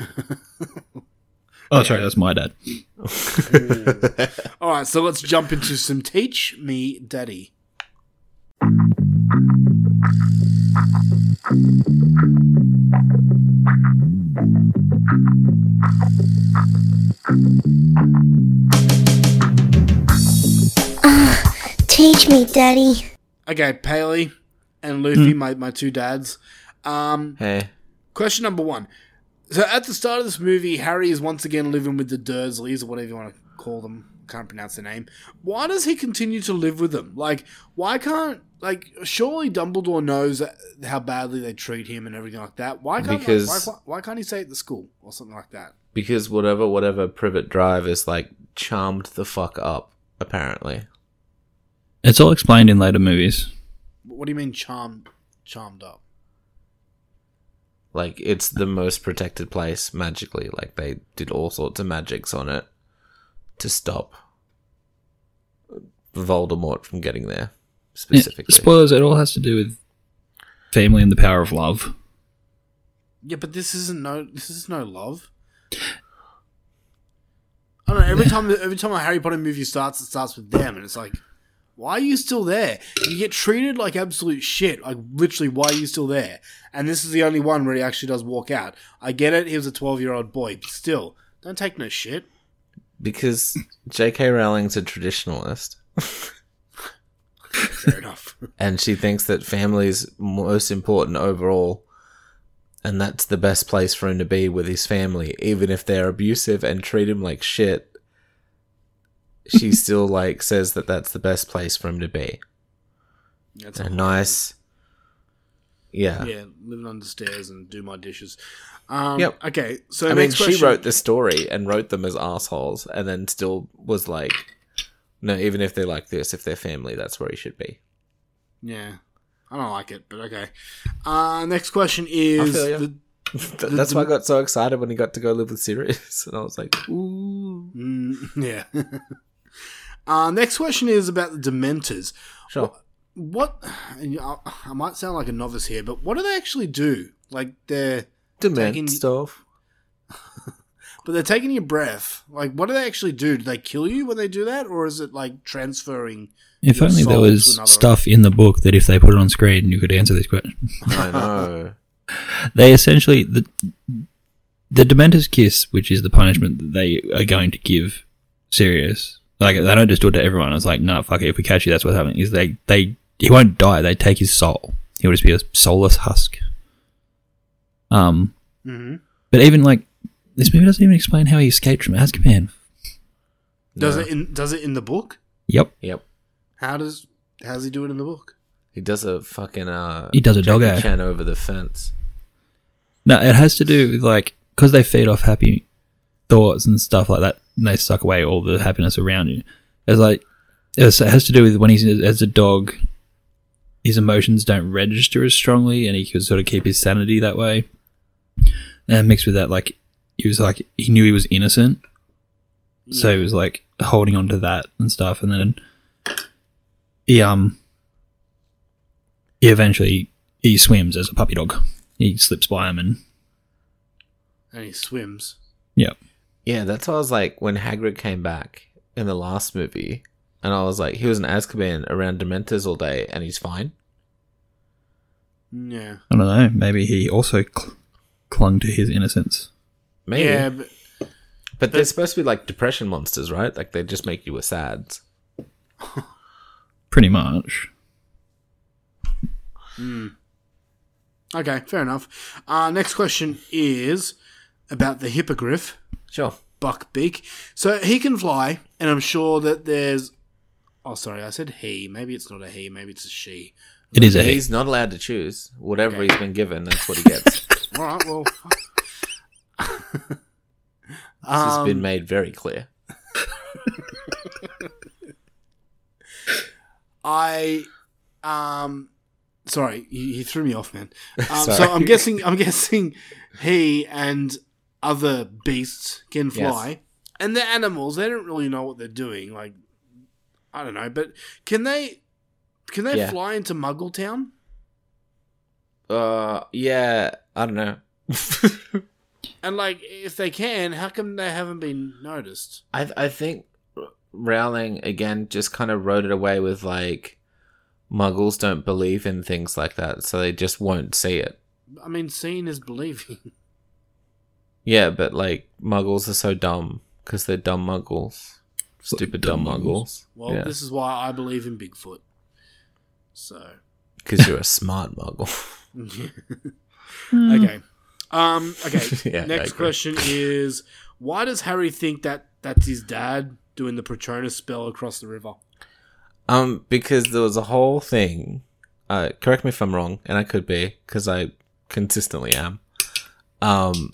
[SPEAKER 9] oh sorry that's my dad
[SPEAKER 7] all right, so let's jump into some teach me daddy.
[SPEAKER 1] Ah, Teach me, Daddy.
[SPEAKER 7] Okay, Paley and Luffy, my, my two dads. Um,
[SPEAKER 8] Hey.
[SPEAKER 7] Question number one. So at the start of this movie, Harry is once again living with the Dursleys, or whatever you want to call them. Can't pronounce their name. Why does he continue to live with them? Like, why can't like surely Dumbledore knows that- how badly they treat him and everything like that. Why can't like,
[SPEAKER 8] Because-
[SPEAKER 7] why, why can't he say it at the school or something like that?
[SPEAKER 8] Because whatever, whatever Privet Drive is like charmed the fuck up, apparently.
[SPEAKER 9] it's all explained in later movies
[SPEAKER 7] What do you mean charmed charmed up?
[SPEAKER 8] Like, it's the most protected place magically. Like, they did all sorts of magics on it to stop Voldemort from getting there. specifically.
[SPEAKER 9] Yeah, spoilers, it all has to do with family and the power of love.
[SPEAKER 7] Yeah, but this isn't no. This is no love. I don't know. Every time, every time a Harry Potter movie starts, it starts with them, and it's like, why are you still there? You get treated like absolute shit. Like literally, why are you still there? And this is the only one where he actually does walk out. I get it. He was a twelve-year-old boy, but still, don't take no shit.
[SPEAKER 8] Because J.K. Rowling's a traditionalist.
[SPEAKER 7] Fair enough.
[SPEAKER 8] and she thinks that family's most important overall, and that's the best place for him to be with his family, even if they're abusive and treat him like shit. She still like says that that's the best place for him to be.
[SPEAKER 7] That's
[SPEAKER 8] A nice, yeah.
[SPEAKER 7] Yeah, living under stairs and do my dishes. Um,
[SPEAKER 8] Yep.
[SPEAKER 7] Okay, so
[SPEAKER 8] I mean,
[SPEAKER 7] next
[SPEAKER 8] she
[SPEAKER 7] question-
[SPEAKER 8] wrote the story and wrote them as assholes, and then still was like, no, even if they're like this, if they're family, that's where he should be.
[SPEAKER 7] Yeah, I don't like it, but okay. Uh, next question is
[SPEAKER 8] feel ya.
[SPEAKER 7] the,
[SPEAKER 8] Th- that's why I got so excited when he got to go live with Sirius, and I was like, ooh,
[SPEAKER 7] Mm, yeah. uh, next question is about the Dementors.
[SPEAKER 8] sure.
[SPEAKER 7] What and you- I, I might sound like a novice here, but what do they actually do? Like they're
[SPEAKER 8] Dement
[SPEAKER 7] taking-
[SPEAKER 8] stuff.
[SPEAKER 7] but they're taking your breath. Like, what do they actually do? Do they kill you when they do that, or is it like transferring?
[SPEAKER 9] If
[SPEAKER 7] your
[SPEAKER 9] only there
[SPEAKER 7] soul to
[SPEAKER 9] was
[SPEAKER 7] another-
[SPEAKER 9] stuff in the book that if they put it on screen, you could answer these questions.
[SPEAKER 8] I know.
[SPEAKER 9] they essentially the the Dementor's kiss, which is the punishment that they are going to give Sirius. Like they don't just do it to everyone. It's like, no, fuck it. If we catch you, that's what's happening. Is they they he won't die. They take his soul. He'll just be a soulless husk. Um,
[SPEAKER 8] Mm-hmm.
[SPEAKER 7] Mhm.
[SPEAKER 9] but even like this movie doesn't even explain how he escaped from Azkaban.
[SPEAKER 7] Does
[SPEAKER 8] No.
[SPEAKER 7] it in does it in the book?
[SPEAKER 9] Yep,
[SPEAKER 8] Yep.
[SPEAKER 7] How does how does he do it in the book?
[SPEAKER 8] He does a fucking uh.
[SPEAKER 9] He does a
[SPEAKER 8] Jackie
[SPEAKER 9] doggo.
[SPEAKER 8] Chan over the fence.
[SPEAKER 9] No, it has to do with like because they feed off happy thoughts and stuff like that, and they suck away all the happiness around you. It's like it's, it has to do with when he's as a dog, his emotions don't register as strongly, and he could sort of keep his sanity that way. And mixed with that, like he was like he knew he was innocent, so he was like holding on to that and stuff, and then he um he eventually he swims as a puppy dog. He slips by him and
[SPEAKER 7] And he swims.
[SPEAKER 9] yeah.
[SPEAKER 8] Yeah, that's why I was like when Hagrid came back in the last movie, and I was like, he was in Azkaban around Dementors all day, and he's fine.
[SPEAKER 7] Yeah.
[SPEAKER 9] I don't know. Maybe he also cl- clung to his innocence.
[SPEAKER 8] Maybe.
[SPEAKER 7] Yeah,
[SPEAKER 8] but,
[SPEAKER 7] but
[SPEAKER 8] they're supposed to be like depression monsters, right? Like they just make you a sad.
[SPEAKER 9] Pretty much.
[SPEAKER 7] Okay, fair enough. Uh, next question is about the hippogriff,
[SPEAKER 8] Sure.
[SPEAKER 7] Buckbeak. So he can fly, and I'm sure that there's. Oh, sorry, I said he. Maybe it's not a he. Maybe it's a she.
[SPEAKER 9] It is a he.
[SPEAKER 8] He's not allowed to choose. Whatever he's been given, that's what he gets. this
[SPEAKER 7] All right. Well,
[SPEAKER 8] has been
[SPEAKER 7] Um,
[SPEAKER 8] made very clear.
[SPEAKER 7] I. Um, sorry, you, you threw me off, man. Um, so
[SPEAKER 8] Sorry.
[SPEAKER 7] I'm guessing. I'm guessing he and other beasts can
[SPEAKER 8] Yes.
[SPEAKER 7] fly, and they're animals. They don't really know what they're doing. Like, I don't know, but can they? Can they
[SPEAKER 8] Yeah.
[SPEAKER 7] fly into Muggletown?
[SPEAKER 8] Uh, yeah, I don't know.
[SPEAKER 7] And like, if they can, how come they haven't been noticed?
[SPEAKER 8] I I think Rowling again just kind of wrote it away with like muggles don't believe in things like that, so they just won't see it.
[SPEAKER 7] I mean, seeing is believing.
[SPEAKER 8] Yeah, but like muggles are so dumb because they're dumb muggles. Stupid dumb, muggles.
[SPEAKER 7] Well, this is why I believe in Bigfoot. So,
[SPEAKER 8] because you're a smart muggle.
[SPEAKER 7] okay, um, okay.
[SPEAKER 8] Yeah, I
[SPEAKER 7] Next
[SPEAKER 8] agree.
[SPEAKER 7] question is: Why does Harry think that that's his dad doing the Patronus spell across the river?
[SPEAKER 8] Um, because there was a whole thing. Uh, correct me if I'm wrong, and I could be, because I consistently am. Um,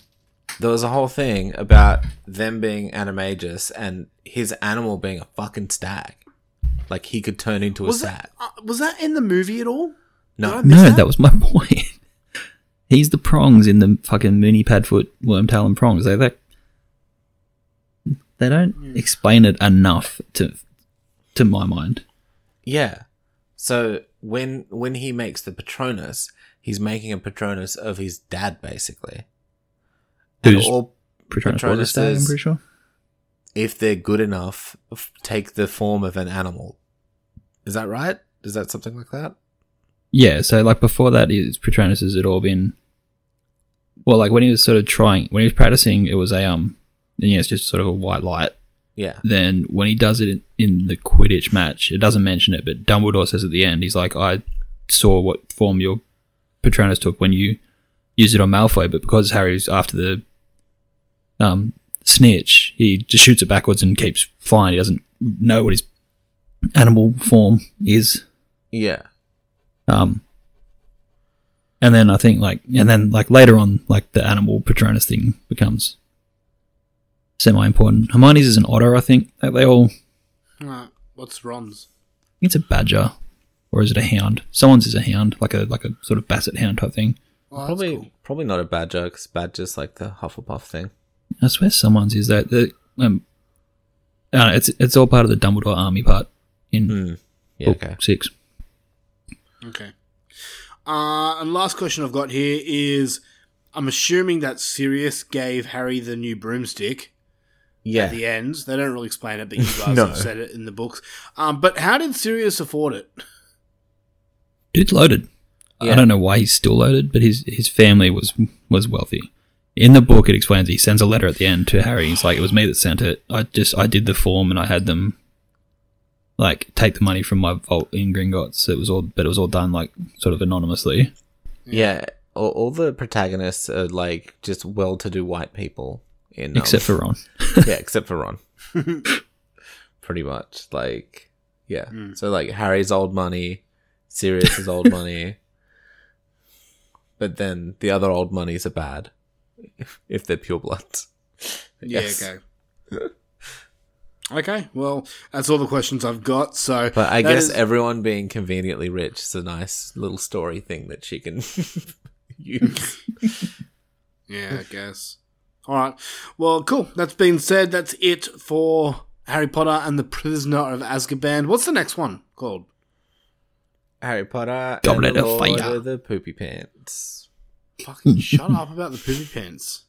[SPEAKER 8] there was a whole thing about them being animagus and his animal being a fucking stag. Like he could turn into a
[SPEAKER 7] Was
[SPEAKER 8] stag.
[SPEAKER 7] that uh, was that in the movie at all?
[SPEAKER 8] No.
[SPEAKER 7] Did I miss
[SPEAKER 9] No, that? was my point. He's the prongs in the fucking Mooney Padfoot Wormtail and prongs. They they, they don't explain it enough to to my mind.
[SPEAKER 8] Yeah, So when when he makes the Patronus, he's making a Patronus of his dad, basically. And
[SPEAKER 9] Who's
[SPEAKER 8] all
[SPEAKER 9] Patronus was his dad, I'm
[SPEAKER 8] Patronuses,
[SPEAKER 9] pretty sure.
[SPEAKER 8] if they're good enough, f- take the form of an animal. Is that right? Is that something like that?
[SPEAKER 9] Yeah, so like before that, his Patronuses had all been. Well, like when he was sort of trying, when he was practicing, it was a um, and yeah, it's just sort of a white light.
[SPEAKER 8] Yeah.
[SPEAKER 9] Then when he does it in, in the Quidditch match, it doesn't mention it, but Dumbledore says at the end, he's like, "I saw what form your Patronus took when you used it on Malfoy, but because Harry's after the um snitch, he just shoots it backwards and keeps flying. He doesn't know what his animal form is."
[SPEAKER 8] Yeah.
[SPEAKER 9] Um, and then I think like, and then like later on, like the animal Patronus thing becomes semi-important. Hermione's is an otter, I think. Like they all, I think
[SPEAKER 7] Alright, what's Ron's?
[SPEAKER 9] it's a badger, or is it a hound? Someone's is a hound, like a like a sort of basset hound type thing.
[SPEAKER 8] Oh,
[SPEAKER 7] Well, that's
[SPEAKER 8] probably
[SPEAKER 7] cool.
[SPEAKER 8] probably not a bad joke. It's bad, just like the Hufflepuff thing.
[SPEAKER 9] I swear someone's is that. The, um, I don't know, it's it's all part of the Dumbledore army part in
[SPEAKER 8] Hmm. Yeah.
[SPEAKER 9] book
[SPEAKER 8] okay.
[SPEAKER 9] six.
[SPEAKER 7] Okay. Uh, and last question I've got here is I'm assuming that Sirius gave Harry the new broomstick
[SPEAKER 8] Yeah.
[SPEAKER 7] at the end. They don't really explain it, but you guys
[SPEAKER 8] No.
[SPEAKER 7] have said it in the books. Um, but how did Sirius afford it?
[SPEAKER 9] Dude's loaded.
[SPEAKER 8] Yeah.
[SPEAKER 9] I don't know why he's still loaded, but his his family was was wealthy. In the book, it explains he sends a letter at the end to Harry. He's like, "It was me that sent it. I just I did the form and I had them like take the money from my vault in Gringotts. It was all, but it was all done like sort of anonymously.
[SPEAKER 8] Yeah. All, all the protagonists are like just well-to-do white people. In um,
[SPEAKER 9] Except for Ron.
[SPEAKER 8] yeah, except for Ron. Pretty much, like yeah. So like Harry's old money, Sirius's old money, but then the other old monies are bad if they're pure bloods. I guess.
[SPEAKER 7] Yeah, okay. Okay, well, that's all the questions I've got. So,
[SPEAKER 8] But I
[SPEAKER 7] that
[SPEAKER 8] guess
[SPEAKER 7] is-
[SPEAKER 8] everyone being conveniently rich is a nice little story thing that she can use.
[SPEAKER 7] Yeah, I guess. All right. Well, cool. That's been said. That's it for Harry Potter and the Prisoner of Azkaban. What's the next one called?
[SPEAKER 8] Harry Potter,
[SPEAKER 9] Goblet
[SPEAKER 8] and the
[SPEAKER 9] of
[SPEAKER 8] Lord
[SPEAKER 9] Fire.
[SPEAKER 8] the poopy pants.
[SPEAKER 7] Fucking shut up about the poopy pants.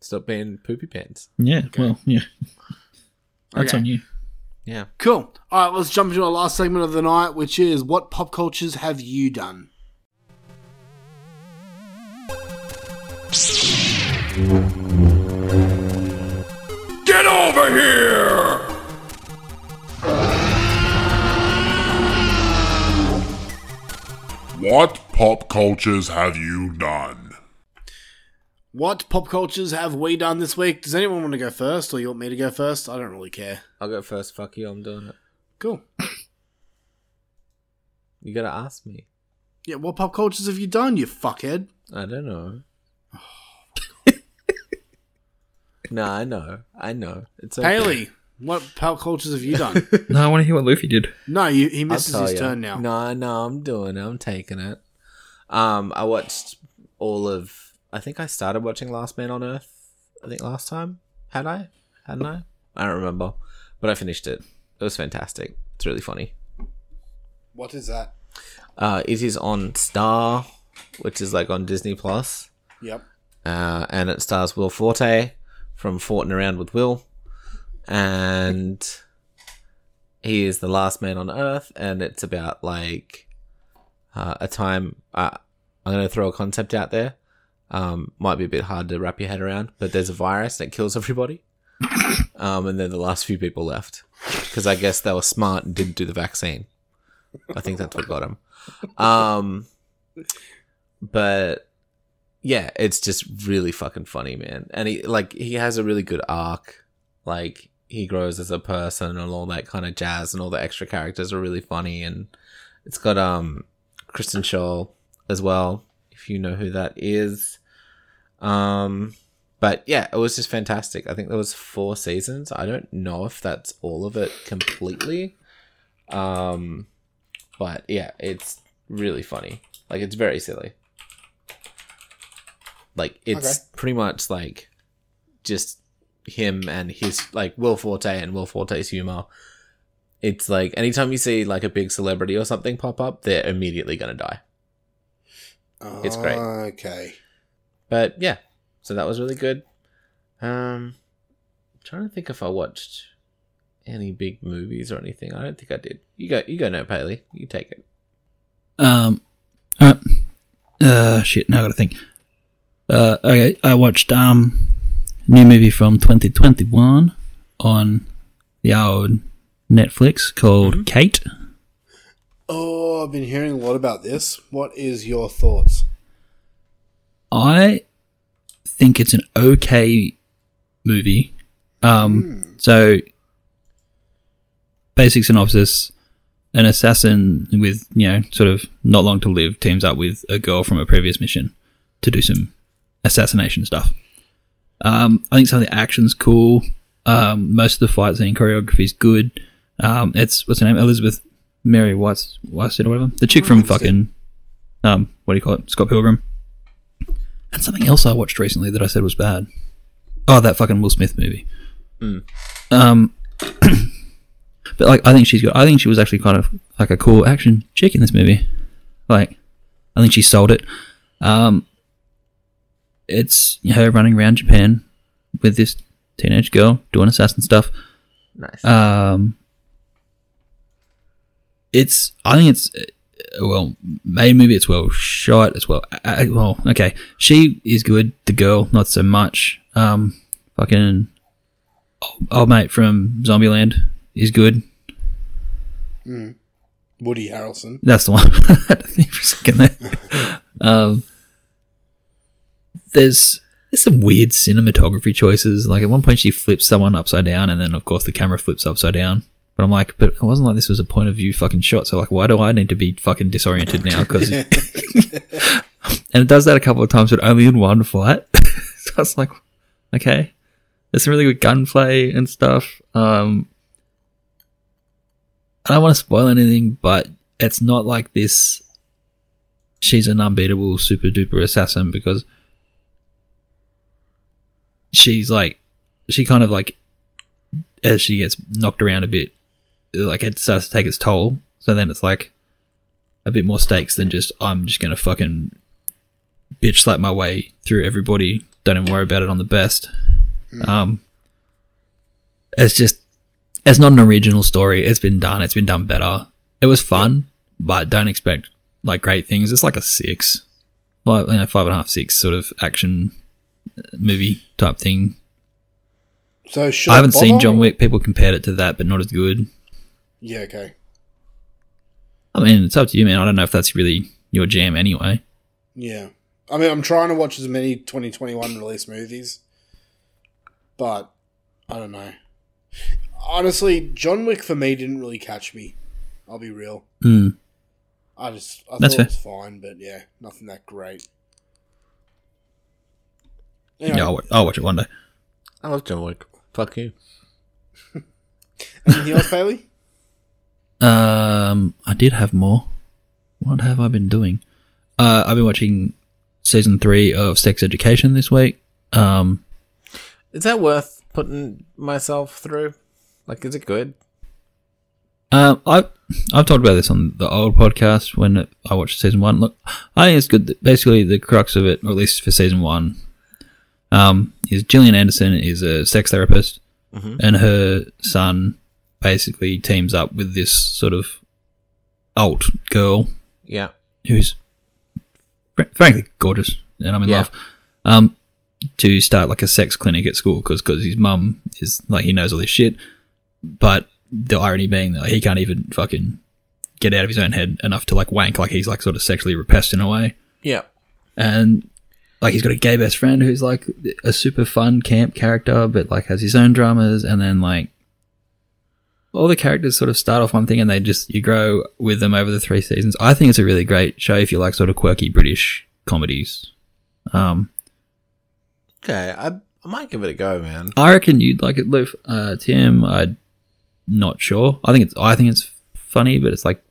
[SPEAKER 8] Stop being poopy pants.
[SPEAKER 9] Yeah. Well, yeah. That's
[SPEAKER 7] Okay.
[SPEAKER 9] on you.
[SPEAKER 8] Yeah.
[SPEAKER 7] Cool. All right, let's jump into our last segment of the night, which is what pop cultures have you done?
[SPEAKER 5] Get over here!
[SPEAKER 17] What pop cultures have you done?
[SPEAKER 7] What pop cultures have we done this week? Does anyone want to go first, or you want me to go first? I don't really care.
[SPEAKER 8] I'll go first. Fuck you. I'm doing it.
[SPEAKER 7] Cool.
[SPEAKER 8] You gotta ask me.
[SPEAKER 7] Yeah, what pop cultures have you done, you fuckhead?
[SPEAKER 8] I don't know. no, I know. I know. It's okay.
[SPEAKER 7] Haley, what pop cultures have you done?
[SPEAKER 9] No, I want to hear what Luffy did.
[SPEAKER 7] no, you, he
[SPEAKER 8] I'll
[SPEAKER 7] misses
[SPEAKER 8] tell
[SPEAKER 7] his
[SPEAKER 8] ya.
[SPEAKER 7] turn now.
[SPEAKER 8] No, no, I'm doing it. I'm taking it. Um, I watched all of. I think I started watching Last Man on Earth. I think last time had I hadn't I? I don't remember, but I finished it. It was fantastic. It's really funny.
[SPEAKER 7] What is that?
[SPEAKER 8] Uh, it is on Star, which is like on Disney Plus.
[SPEAKER 7] Yep.
[SPEAKER 8] uh, and it stars Will Forte from Fortin' Around with Will, and he is the last man on Earth, and it's about like uh, a time. Uh, I'm going to throw a concept out there. Um, might be a bit hard to wrap your head around, but there's a virus that kills everybody, um, and then the last few people left because I guess they were smart and didn't do the vaccine. I think that's what got him. Um, but yeah, it's just really fucking funny, man. And he like he has a really good arc. Like he grows as a person and all that kind of jazz and all the extra characters are really funny and it's got um Kristen Shaw as well, if you know who that is. Um but yeah, it was just fantastic. I think there was four seasons. I don't know if that's all of it completely. Um but yeah, it's really funny. Like it's very silly. Like it's pretty much like just him and his like Will Forte and Will Forte's humor It's like anytime you see like a big celebrity or something pop up, they're immediately going to die. It's great.
[SPEAKER 18] Okay.
[SPEAKER 8] But yeah, so that was really good. Um, trying to think if I watched any big movies or anything. I don't think I did. You go, you go, no, Paley. You take it.
[SPEAKER 9] Um, all right. Uh, shit. Now I gotta think. Uh, okay. I watched um, new movie from 2021 on the old Netflix called mm-hmm. Kate.
[SPEAKER 18] Oh, I've been hearing a lot about this. What is your thoughts?
[SPEAKER 9] I think it's an okay movie. Um, mm. So, basic synopsis an assassin with, you know, sort of not long to live teams up with a girl from a previous mission to do some assassination stuff. Um, I think some of the action's cool. Um, most of the fight scene choreography is good. Um, it's, what's her name? Elizabeth Mary White's, White's or whatever. The chick from fucking, um, what do you call it? Scott Pilgrim. And something else I watched recently that I said was bad. Oh, that fucking Will Smith movie. Mm. Um, but like, I think she's good. I think she was actually kind of like a cool action chick in this movie. Like, I think she sold it. Um, it's her running around Japan with this teenage girl doing assassin stuff.
[SPEAKER 8] Nice.
[SPEAKER 9] Um, it's I think it's uh, well made movie. It's well shot. It's well uh, well okay. She is good. The girl not so much. Um, fucking old, old mate from Zombieland is good.
[SPEAKER 18] Mm. Woody Harrelson.
[SPEAKER 9] That's the one. I think for a second there. um, there's there's some weird cinematography choices. Like at one point she flips someone upside down, and then of course the camera flips upside down. But I'm like, but it wasn't like this was a point of view fucking shot. So like, why do I need to be fucking disoriented now? Because and it does that a couple of times, but only in one fight. so it's like, okay, there's some really good gunplay and stuff. Um, I don't want to spoil anything, but it's not like this. She's an unbeatable super duper assassin because she's like, she kind of like, as she gets knocked around a bit, like it starts to take its toll. So then it's like a bit more stakes than just I'm just gonna fucking bitch slap my way through everybody. Don't even worry about it on the best. Mm. Um, it's just it's not an original story. It's been done. It's been done better. It was fun, but don't expect like great things. It's like a six, like you know, five and a half, six sort of action movie type thing.
[SPEAKER 18] So
[SPEAKER 9] I haven't I seen John Wick. People compared it to that, but not as good.
[SPEAKER 18] Yeah. Okay.
[SPEAKER 9] I mean, it's up to you, man. I don't know if that's really your jam, anyway.
[SPEAKER 18] Yeah. I mean, I'm trying to watch as many 2021 release movies, but I don't know. Honestly, John Wick for me didn't really catch me. I'll be real.
[SPEAKER 9] Mm.
[SPEAKER 18] I just I
[SPEAKER 9] that's
[SPEAKER 18] thought it was fine, but yeah, nothing that great.
[SPEAKER 9] Anyway. Yeah, I'll, I'll watch it one day.
[SPEAKER 8] I love John Wick. Fuck you.
[SPEAKER 18] Anything else, Bailey?
[SPEAKER 9] Um, I did have more. What have I been doing? Uh, I've been watching season three of Sex Education this week. Um,
[SPEAKER 8] is that worth putting myself through? Like, is it good?
[SPEAKER 9] Um, I I've talked about this on the old podcast when I watched season one. Look, I think it's good. basically, the crux of it, or at least for season one, um, is Gillian Anderson is a sex therapist, mm-hmm. and her son basically teams up with this sort of alt girl.
[SPEAKER 8] Yeah,
[SPEAKER 9] who's fr- frankly gorgeous, and I'm in yeah. love. Um, to start like a sex clinic at school because because his mum is like he knows all this shit, but the irony being that like, he can't even fucking get out of his own head enough to like wank like he's like sort of sexually repressed in a way.
[SPEAKER 8] Yeah,
[SPEAKER 9] and like he's got a gay best friend who's like a super fun camp character, but like has his own dramas, and then like all the characters sort of start off one thing and they just you grow with them over the three seasons. I think it's a really great show if you like sort of quirky British comedies. Um,
[SPEAKER 8] okay, I, I might give it a go, man.
[SPEAKER 9] I reckon you'd like it, Loof. Uh, Tim, I'm not sure. I think it's I think it's funny, but it's like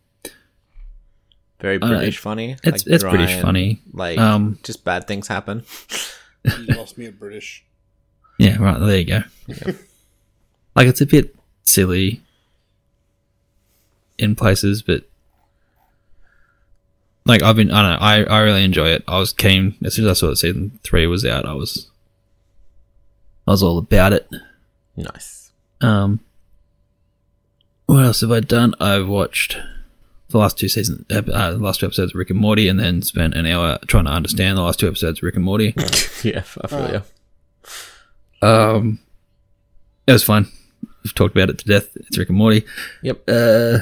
[SPEAKER 8] very British know, funny.
[SPEAKER 9] It's like it's British and, funny.
[SPEAKER 8] Like um, just bad things happen.
[SPEAKER 18] you lost me at British.
[SPEAKER 9] Yeah, right. There you go. Yeah. like it's a bit silly, in places, but like I've been, I don't know, I, I really enjoy it. I was keen as soon as I saw that season three was out. I was, I was all about it.
[SPEAKER 8] Nice.
[SPEAKER 9] Um, what else have I done? I've watched the last two seasons, uh, uh, the last two episodes of Rick and Morty, and then spent an hour trying to understand the last two episodes of Rick and Morty.
[SPEAKER 8] yeah, I feel
[SPEAKER 9] Uh. Um, it was fun. We've talked about it to death. It's Rick and Morty.
[SPEAKER 8] Yep.
[SPEAKER 9] Uh,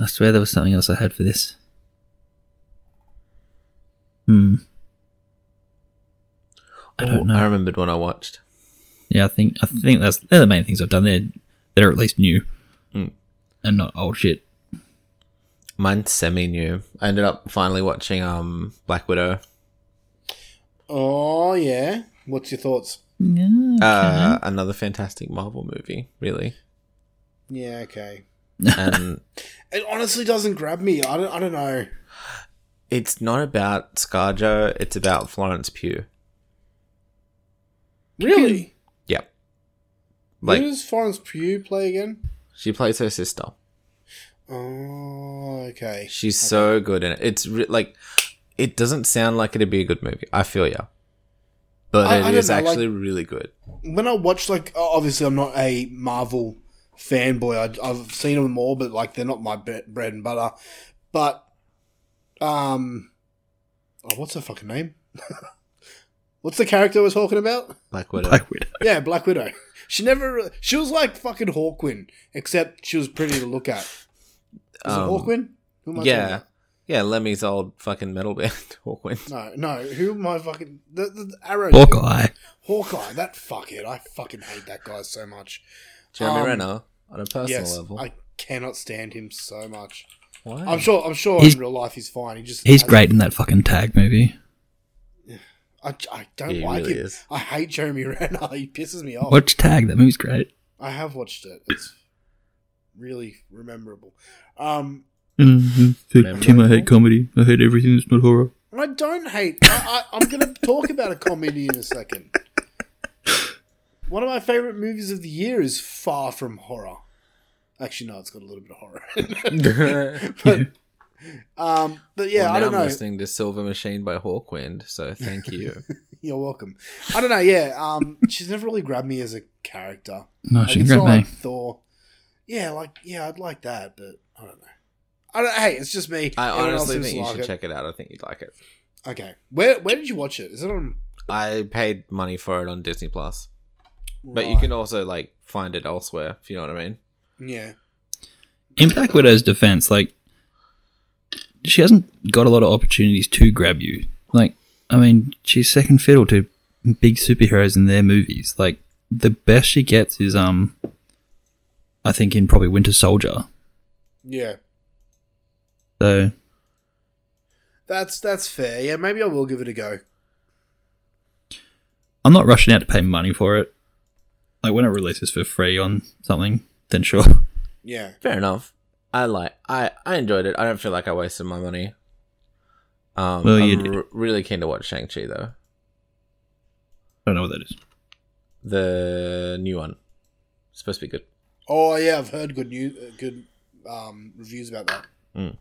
[SPEAKER 9] I swear there was something else I had for this. Hmm.
[SPEAKER 8] I don't know. I remembered when I watched.
[SPEAKER 9] Yeah, I think I think that's they're the main things I've done. They're they're at least new, Hmm. and not old shit.
[SPEAKER 8] Mine's semi new. I ended up finally watching um Black Widow.
[SPEAKER 7] Oh yeah. What's your thoughts?
[SPEAKER 8] Uh, another fantastic Marvel movie, really.
[SPEAKER 7] Yeah. Okay.
[SPEAKER 8] And
[SPEAKER 7] It honestly doesn't grab me. I don't. I don't know.
[SPEAKER 8] it's not about ScarJo, it's about Florence Pugh.
[SPEAKER 7] Really?
[SPEAKER 8] Yep.
[SPEAKER 7] Like,
[SPEAKER 8] Like
[SPEAKER 7] Who does Florence Pugh play again?
[SPEAKER 8] she plays her sister.
[SPEAKER 7] Oh, okay.
[SPEAKER 8] She's so good in it. It's re- like it doesn't sound like it'd be a good movie. I feel ya, but
[SPEAKER 7] I-
[SPEAKER 8] it is
[SPEAKER 7] I don't know, like-
[SPEAKER 8] actually really good.
[SPEAKER 7] When I watch, like, o- obviously, I'm not a Marvel fanboy. I, I've seen them all, but like, they're not my bre- bread and butter. But, um, oh, what's her fucking name? what's the character we're talking about?
[SPEAKER 8] Black Widow.
[SPEAKER 9] Widow.
[SPEAKER 7] Yeah, Black Widow. She never. re- She was like fucking Hawkwind, except she was pretty to look at. Is
[SPEAKER 8] Um,
[SPEAKER 7] it Hawkwind? Who am I talking
[SPEAKER 8] Yeah,
[SPEAKER 7] about?
[SPEAKER 8] yeah. Lemmy's old fucking metal band Hawkwind.
[SPEAKER 7] No, no. Who am I fucking? The, the, the arrow.
[SPEAKER 9] Hawkeye.
[SPEAKER 7] Hawkeye. That fuckhead. I fucking hate that guy so much.
[SPEAKER 8] Jeremy
[SPEAKER 7] Um,
[SPEAKER 8] Renner on a personal level. Oh.
[SPEAKER 7] I cannot stand him so much.
[SPEAKER 8] Why?
[SPEAKER 7] I'm sure. I'm sure
[SPEAKER 9] He's-
[SPEAKER 7] in real life he's fine. He just
[SPEAKER 9] He's great in that fucking tag movie.
[SPEAKER 7] I, I don't
[SPEAKER 8] Yeah, he
[SPEAKER 7] like
[SPEAKER 8] really
[SPEAKER 7] him.
[SPEAKER 8] is.
[SPEAKER 7] I hate Jeremy Renner. He pisses me off.
[SPEAKER 9] Watch Tag. That movie's great.
[SPEAKER 7] I have watched it. It's really rememberable. Um,
[SPEAKER 9] Mm-hmm. Tim, I hate comedy. I hate everything that's not horror.
[SPEAKER 7] and I don't hate. I, I, I'm going to talk about a comedy in a second. One of my favorite movies of the year is Far From Horror. Actually, no, it's got a little bit of horror. in it. but, um, but yeah,
[SPEAKER 8] Well,
[SPEAKER 7] I don't
[SPEAKER 8] now I'm
[SPEAKER 7] know.
[SPEAKER 8] listening to Silver Machine by Hawkwind, so thank you.
[SPEAKER 7] You're welcome. I don't know. Yeah, um, she's never really grabbed me as a character.
[SPEAKER 9] No,
[SPEAKER 7] Like,
[SPEAKER 9] Oh, she
[SPEAKER 7] it's
[SPEAKER 9] grabbed
[SPEAKER 7] not
[SPEAKER 9] me.
[SPEAKER 7] Like Thor. Yeah, like yeah, I'd like that, but I don't know. I don't, hey, it's just me.
[SPEAKER 8] I
[SPEAKER 7] Everyone else
[SPEAKER 8] honestly
[SPEAKER 7] seems
[SPEAKER 8] think
[SPEAKER 7] to
[SPEAKER 8] you
[SPEAKER 7] like
[SPEAKER 8] should
[SPEAKER 7] it.
[SPEAKER 8] check it out. I think you'd like it.
[SPEAKER 7] Okay, where where did you watch it? Is it on?
[SPEAKER 8] I paid money for it on Disney Plus, but you
[SPEAKER 7] Right.
[SPEAKER 8] can also like find it elsewhere. If you know what I mean.
[SPEAKER 7] Yeah.
[SPEAKER 9] In Black Widow's defense, like she hasn't got a lot of opportunities to grab you. Like, I mean, she's second fiddle to big superheroes in their movies. Like, the best she gets is um, I think in probably Winter Soldier.
[SPEAKER 7] Yeah,
[SPEAKER 9] So
[SPEAKER 7] that's that's fair. Yeah, maybe I will give it a go.
[SPEAKER 9] I'm not rushing out to pay money for it. Like when it releases for free on something, then sure.
[SPEAKER 7] Yeah.
[SPEAKER 8] Fair enough. I like. I I enjoyed it. I don't feel like I wasted my money. Um,
[SPEAKER 9] Well, you
[SPEAKER 8] I'm
[SPEAKER 9] did.
[SPEAKER 8] r- really keen to watch Shang Chi though,
[SPEAKER 9] I don't know what that is.
[SPEAKER 8] the new one. It's supposed to be good.
[SPEAKER 7] Oh yeah, I've heard good news, uh, good um, reviews about that.
[SPEAKER 8] Mm.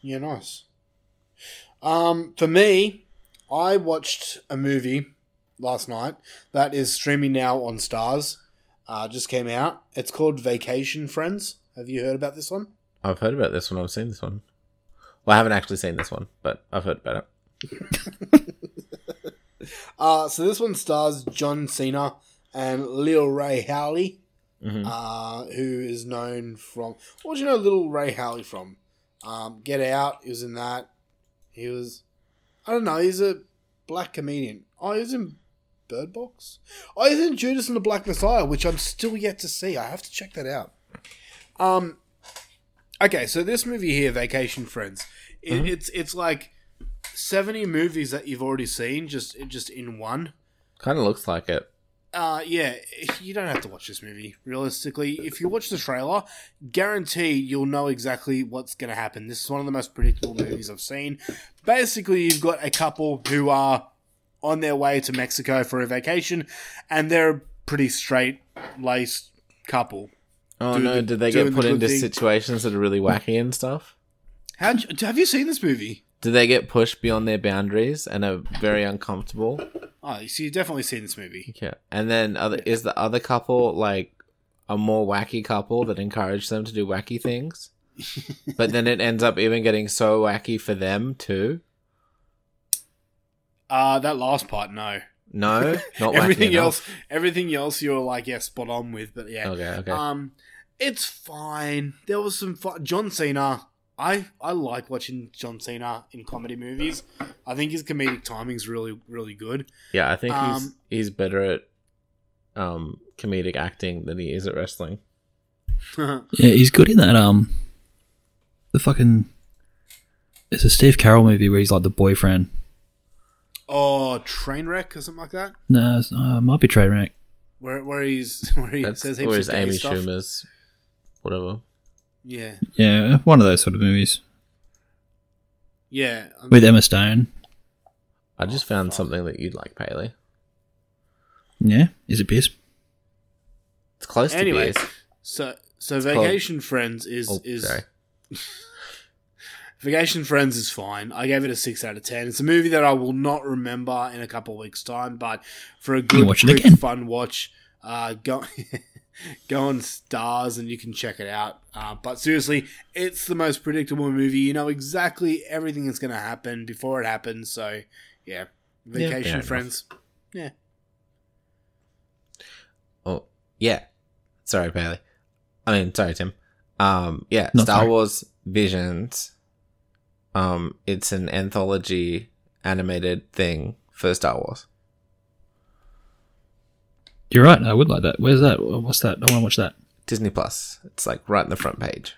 [SPEAKER 7] Yeah, nice. Um, for me, I watched a movie last night that is streaming now on Stars. Uh, just came out. It's called Vacation Friends. Have you heard about this one?
[SPEAKER 8] I've heard about this one. I've seen this one. Well, I haven't actually seen this one, but I've heard about it.
[SPEAKER 7] Uh, so this one stars John Cena and Lil Ray Howley,
[SPEAKER 8] Mhm.
[SPEAKER 7] uh, who is known from. What do you know Lil Ray Howley from? Um, Get Out. He was in that. He was. I don't know. He's a black comedian. Oh, he was in Bird Box. Oh, he's in Judas and the Black Messiah, which I'm still yet to see. I have to check that out. Um. Okay, so this movie here, Vacation Friends, it,
[SPEAKER 8] Mhm.
[SPEAKER 7] it's it's like seventy movies that you've already seen, just just in one.
[SPEAKER 8] Kind of looks like it.
[SPEAKER 7] Uh, yeah, you don't have to watch this movie. Realistically, if you watch the trailer, guarantee you'll know exactly what's going to happen. This is one of the most predictable movies I've seen. Basically, you've got a couple who are on their way to Mexico for a vacation, and they're a pretty straight laced couple.
[SPEAKER 8] Oh no!
[SPEAKER 7] the-
[SPEAKER 8] Did they
[SPEAKER 7] doing
[SPEAKER 8] get
[SPEAKER 7] the
[SPEAKER 8] put
[SPEAKER 7] good
[SPEAKER 8] into
[SPEAKER 7] thing.
[SPEAKER 8] situations that are really wacky and stuff?
[SPEAKER 7] How'd you, have you seen this movie?
[SPEAKER 8] Do they get pushed beyond their boundaries and are very uncomfortable?
[SPEAKER 7] Oh, so you've definitely seen this movie.
[SPEAKER 8] Yeah. And then other is the other couple like a more wacky couple that encourage them to do wacky things? but then it ends up even getting so wacky for them too.
[SPEAKER 7] Uh, that last part, no.
[SPEAKER 8] No, not wacky
[SPEAKER 7] everything
[SPEAKER 8] enough.
[SPEAKER 7] else, everything else, you're like, yeah, spot on with, but yeah,
[SPEAKER 8] Okay, okay.
[SPEAKER 7] Um, it's fine. There was some fu- John Cena. I I like watching John Cena in comedy movies. I think his comedic timing's really really good.
[SPEAKER 8] Yeah, I think he's
[SPEAKER 7] Um,
[SPEAKER 8] he's better at um comedic acting than he is at wrestling.
[SPEAKER 9] Yeah, he's good in that. Um, the fucking it's a Steve Carroll movie where he's like the boyfriend.
[SPEAKER 7] oh, Trainwreck or something like that,
[SPEAKER 9] No, it's, uh, it might be Trainwreck.
[SPEAKER 7] where where he's where he
[SPEAKER 8] That's
[SPEAKER 7] says
[SPEAKER 8] or
[SPEAKER 7] heaps
[SPEAKER 8] is
[SPEAKER 7] of gay
[SPEAKER 8] Amy
[SPEAKER 7] stuff.
[SPEAKER 8] Schumer's whatever.
[SPEAKER 7] Yeah,
[SPEAKER 9] Yeah, one of those sort of movies
[SPEAKER 7] yeah.
[SPEAKER 9] with Emma Stone.
[SPEAKER 8] I
[SPEAKER 7] Oh,
[SPEAKER 8] just found something that you'd like, Paley.
[SPEAKER 9] Yeah, is it Pierce?
[SPEAKER 8] It's close
[SPEAKER 7] anyway,
[SPEAKER 8] to beers.
[SPEAKER 7] so so
[SPEAKER 8] called-
[SPEAKER 7] Vacation Friends is
[SPEAKER 8] Oh,
[SPEAKER 7] is
[SPEAKER 8] sorry.
[SPEAKER 7] Vacation Friends is fine. I gave it a six out of ten. It's a movie that I will not remember in a couple of weeks' time, but for a good,
[SPEAKER 9] watch it
[SPEAKER 7] quick,
[SPEAKER 9] again.
[SPEAKER 7] fun watch, uh, go go on Stars and you can check it out. Uh, but seriously, it's the most predictable movie. You know exactly everything that's going to happen before it happens. So yeah,
[SPEAKER 8] fair
[SPEAKER 7] Vacation
[SPEAKER 8] enough.
[SPEAKER 7] Friends. Yeah.
[SPEAKER 8] Oh yeah. Sorry, Paley. I mean, sorry, Tim. Um, yeah,
[SPEAKER 9] No,
[SPEAKER 8] Star
[SPEAKER 9] sorry.
[SPEAKER 8] Wars Visions. Um, it's an anthology animated thing for Star Wars.
[SPEAKER 9] You're right. I would like that. Where's that? What's that? I want to watch that.
[SPEAKER 8] Disney Plus. It's like right in the front page.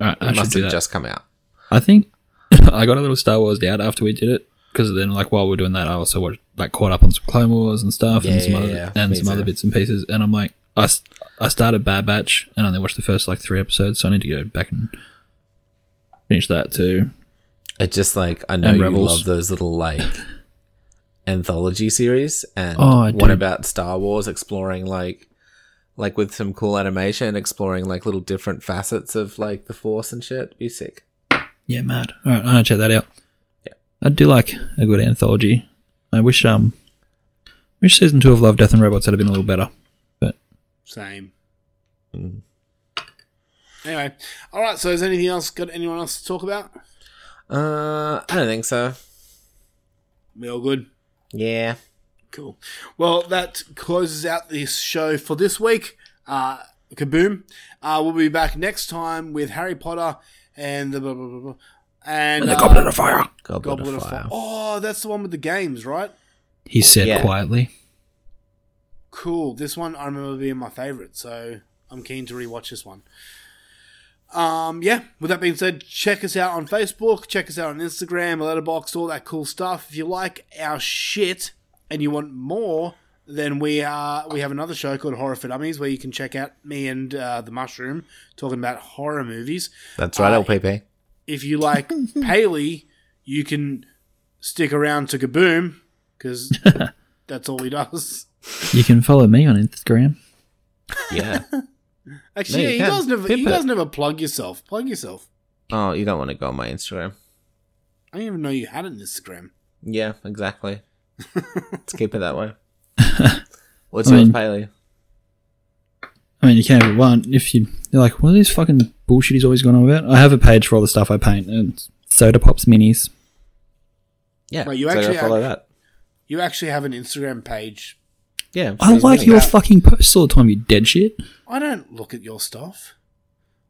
[SPEAKER 9] All right,
[SPEAKER 8] It
[SPEAKER 9] I should
[SPEAKER 8] must
[SPEAKER 9] do
[SPEAKER 8] have
[SPEAKER 9] that.
[SPEAKER 8] just come out.
[SPEAKER 9] I think I got a little Star Wars out after we did it because then, like while we are doing that, I also watched, like caught up on some Clone Wars and stuff
[SPEAKER 8] Yeah,
[SPEAKER 9] and some
[SPEAKER 8] yeah,
[SPEAKER 9] other
[SPEAKER 8] yeah.
[SPEAKER 9] and
[SPEAKER 8] Me
[SPEAKER 9] some other
[SPEAKER 8] too.
[SPEAKER 9] bits and pieces. And I'm like, I, s- I started Bad Batch and I only watched the first like three episodes, so I need to go back and finish that too.
[SPEAKER 8] It's just like I know
[SPEAKER 9] And
[SPEAKER 8] you
[SPEAKER 9] Rebels.
[SPEAKER 8] love those little like anthology series and
[SPEAKER 9] Oh, I
[SPEAKER 8] what
[SPEAKER 9] do.
[SPEAKER 8] about Star Wars exploring like like with some cool animation exploring like little different facets of like the force and shit. Be sick.
[SPEAKER 9] Yeah, mad. All right, I'm gonna check that out. Yeah, I do like a good anthology. I wish um, wish season two of Love, Death and Robots had been a little better, but
[SPEAKER 7] Same. Anyway, all right. So, is anything else? Got anyone else to talk about?
[SPEAKER 8] Uh I don't think so.
[SPEAKER 7] We all good.
[SPEAKER 8] Yeah.
[SPEAKER 7] Cool. Well, that closes out this show for this week. Uh, kaboom! Uh, we'll be back next time with Harry Potter and the blah, blah, blah, blah, and, uh,
[SPEAKER 9] Fire.
[SPEAKER 8] Goblet,
[SPEAKER 7] Goblet
[SPEAKER 8] of
[SPEAKER 7] of
[SPEAKER 8] Fire.
[SPEAKER 7] Oh, that's the one with the games, right?
[SPEAKER 9] He said
[SPEAKER 8] Yeah.
[SPEAKER 9] quietly.
[SPEAKER 7] Cool. This one I remember being my favorite, so I'm keen to rewatch this one. Um, yeah. With that being said, check us out on Facebook, check us out on Instagram, Letterboxd, all that cool stuff. If you like our shit and you want more, then we uh, we have another show called Horror for Dummies where you can check out me and uh, the Mushroom talking about horror movies.
[SPEAKER 8] That's right,
[SPEAKER 7] Uh,
[SPEAKER 8] LPP.
[SPEAKER 7] If you like Paley, you can stick around to Kaboom because that's all he does.
[SPEAKER 9] You can follow me on Instagram.
[SPEAKER 8] Yeah.
[SPEAKER 7] Actually,
[SPEAKER 8] No, you
[SPEAKER 7] you,
[SPEAKER 8] can.
[SPEAKER 7] guys never
[SPEAKER 8] Pimp
[SPEAKER 7] you
[SPEAKER 8] it.
[SPEAKER 7] guys never plug yourself. Plug yourself.
[SPEAKER 8] oh, you don't want to go on my Instagram.
[SPEAKER 7] I didn't even know you had an Instagram.
[SPEAKER 8] Yeah, exactly. Let's keep it that way. What's
[SPEAKER 9] I
[SPEAKER 8] yours,
[SPEAKER 9] mean-
[SPEAKER 8] Paley?
[SPEAKER 9] I mean, you can if you want. If you, you're like, what is this fucking bullshit he's always going on about? I have a page for all the stuff I paint. And it's soda pops minis.
[SPEAKER 8] Yeah.
[SPEAKER 7] Right, you
[SPEAKER 8] so go
[SPEAKER 7] actually
[SPEAKER 8] follow
[SPEAKER 7] have-
[SPEAKER 8] that.
[SPEAKER 7] You actually have an Instagram page.
[SPEAKER 8] Yeah.
[SPEAKER 9] I
[SPEAKER 8] she's
[SPEAKER 9] like
[SPEAKER 8] doing
[SPEAKER 9] your
[SPEAKER 8] that.
[SPEAKER 9] fucking posts all the time, you dead shit.
[SPEAKER 7] I don't look at your stuff.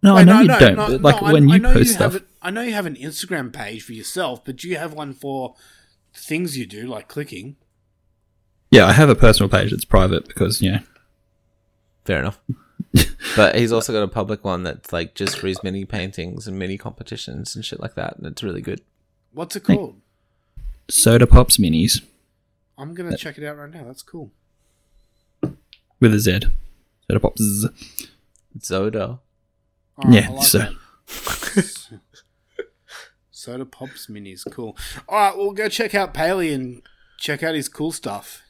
[SPEAKER 9] No, I
[SPEAKER 7] Wait,
[SPEAKER 9] know you don't.
[SPEAKER 7] no,
[SPEAKER 9] but,
[SPEAKER 7] no,
[SPEAKER 9] like
[SPEAKER 7] I-
[SPEAKER 9] when
[SPEAKER 7] I
[SPEAKER 9] you
[SPEAKER 7] know
[SPEAKER 9] post
[SPEAKER 7] have
[SPEAKER 9] stuff,
[SPEAKER 7] a- I know you have an Instagram page for yourself, but do you have one for things you do, like clicking?
[SPEAKER 9] yeah, I have a personal page that's private because you know,
[SPEAKER 8] Fair enough. but he's also got a public one that's like just for his mini paintings and mini competitions and shit like that, and it's really good.
[SPEAKER 7] What's it called?
[SPEAKER 9] soda pops minis
[SPEAKER 7] I'm
[SPEAKER 9] Uh,
[SPEAKER 7] gonna check it out right now. That's cool.
[SPEAKER 9] with a Z. Soda pops. Z.
[SPEAKER 8] Zoda.
[SPEAKER 7] All right,
[SPEAKER 9] yeah,
[SPEAKER 7] I like
[SPEAKER 9] so
[SPEAKER 7] that. Soda Pops Minis, cool. All right, well, go check out Paley and check out his cool stuff.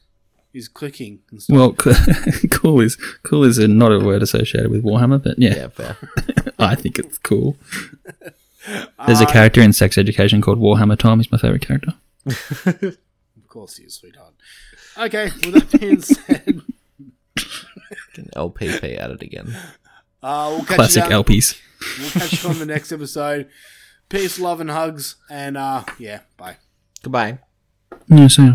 [SPEAKER 7] is clicking. And
[SPEAKER 9] stuff. Well, cool is cool is not a word associated with Warhammer, but yeah,
[SPEAKER 8] yeah
[SPEAKER 9] I think it's cool. There's a character in Sex Education called Warhammer Tom. He's my favorite character.
[SPEAKER 7] of course, he is, sweetheart. Okay, with that being said,
[SPEAKER 8] an LPP at it again.
[SPEAKER 7] Uh, we'll catch
[SPEAKER 9] Classic
[SPEAKER 7] you down-
[SPEAKER 9] LPs.
[SPEAKER 7] We'll catch you on the next episode. Peace, love, and hugs, and uh, yeah, bye.
[SPEAKER 8] Goodbye.
[SPEAKER 9] Yeah, so.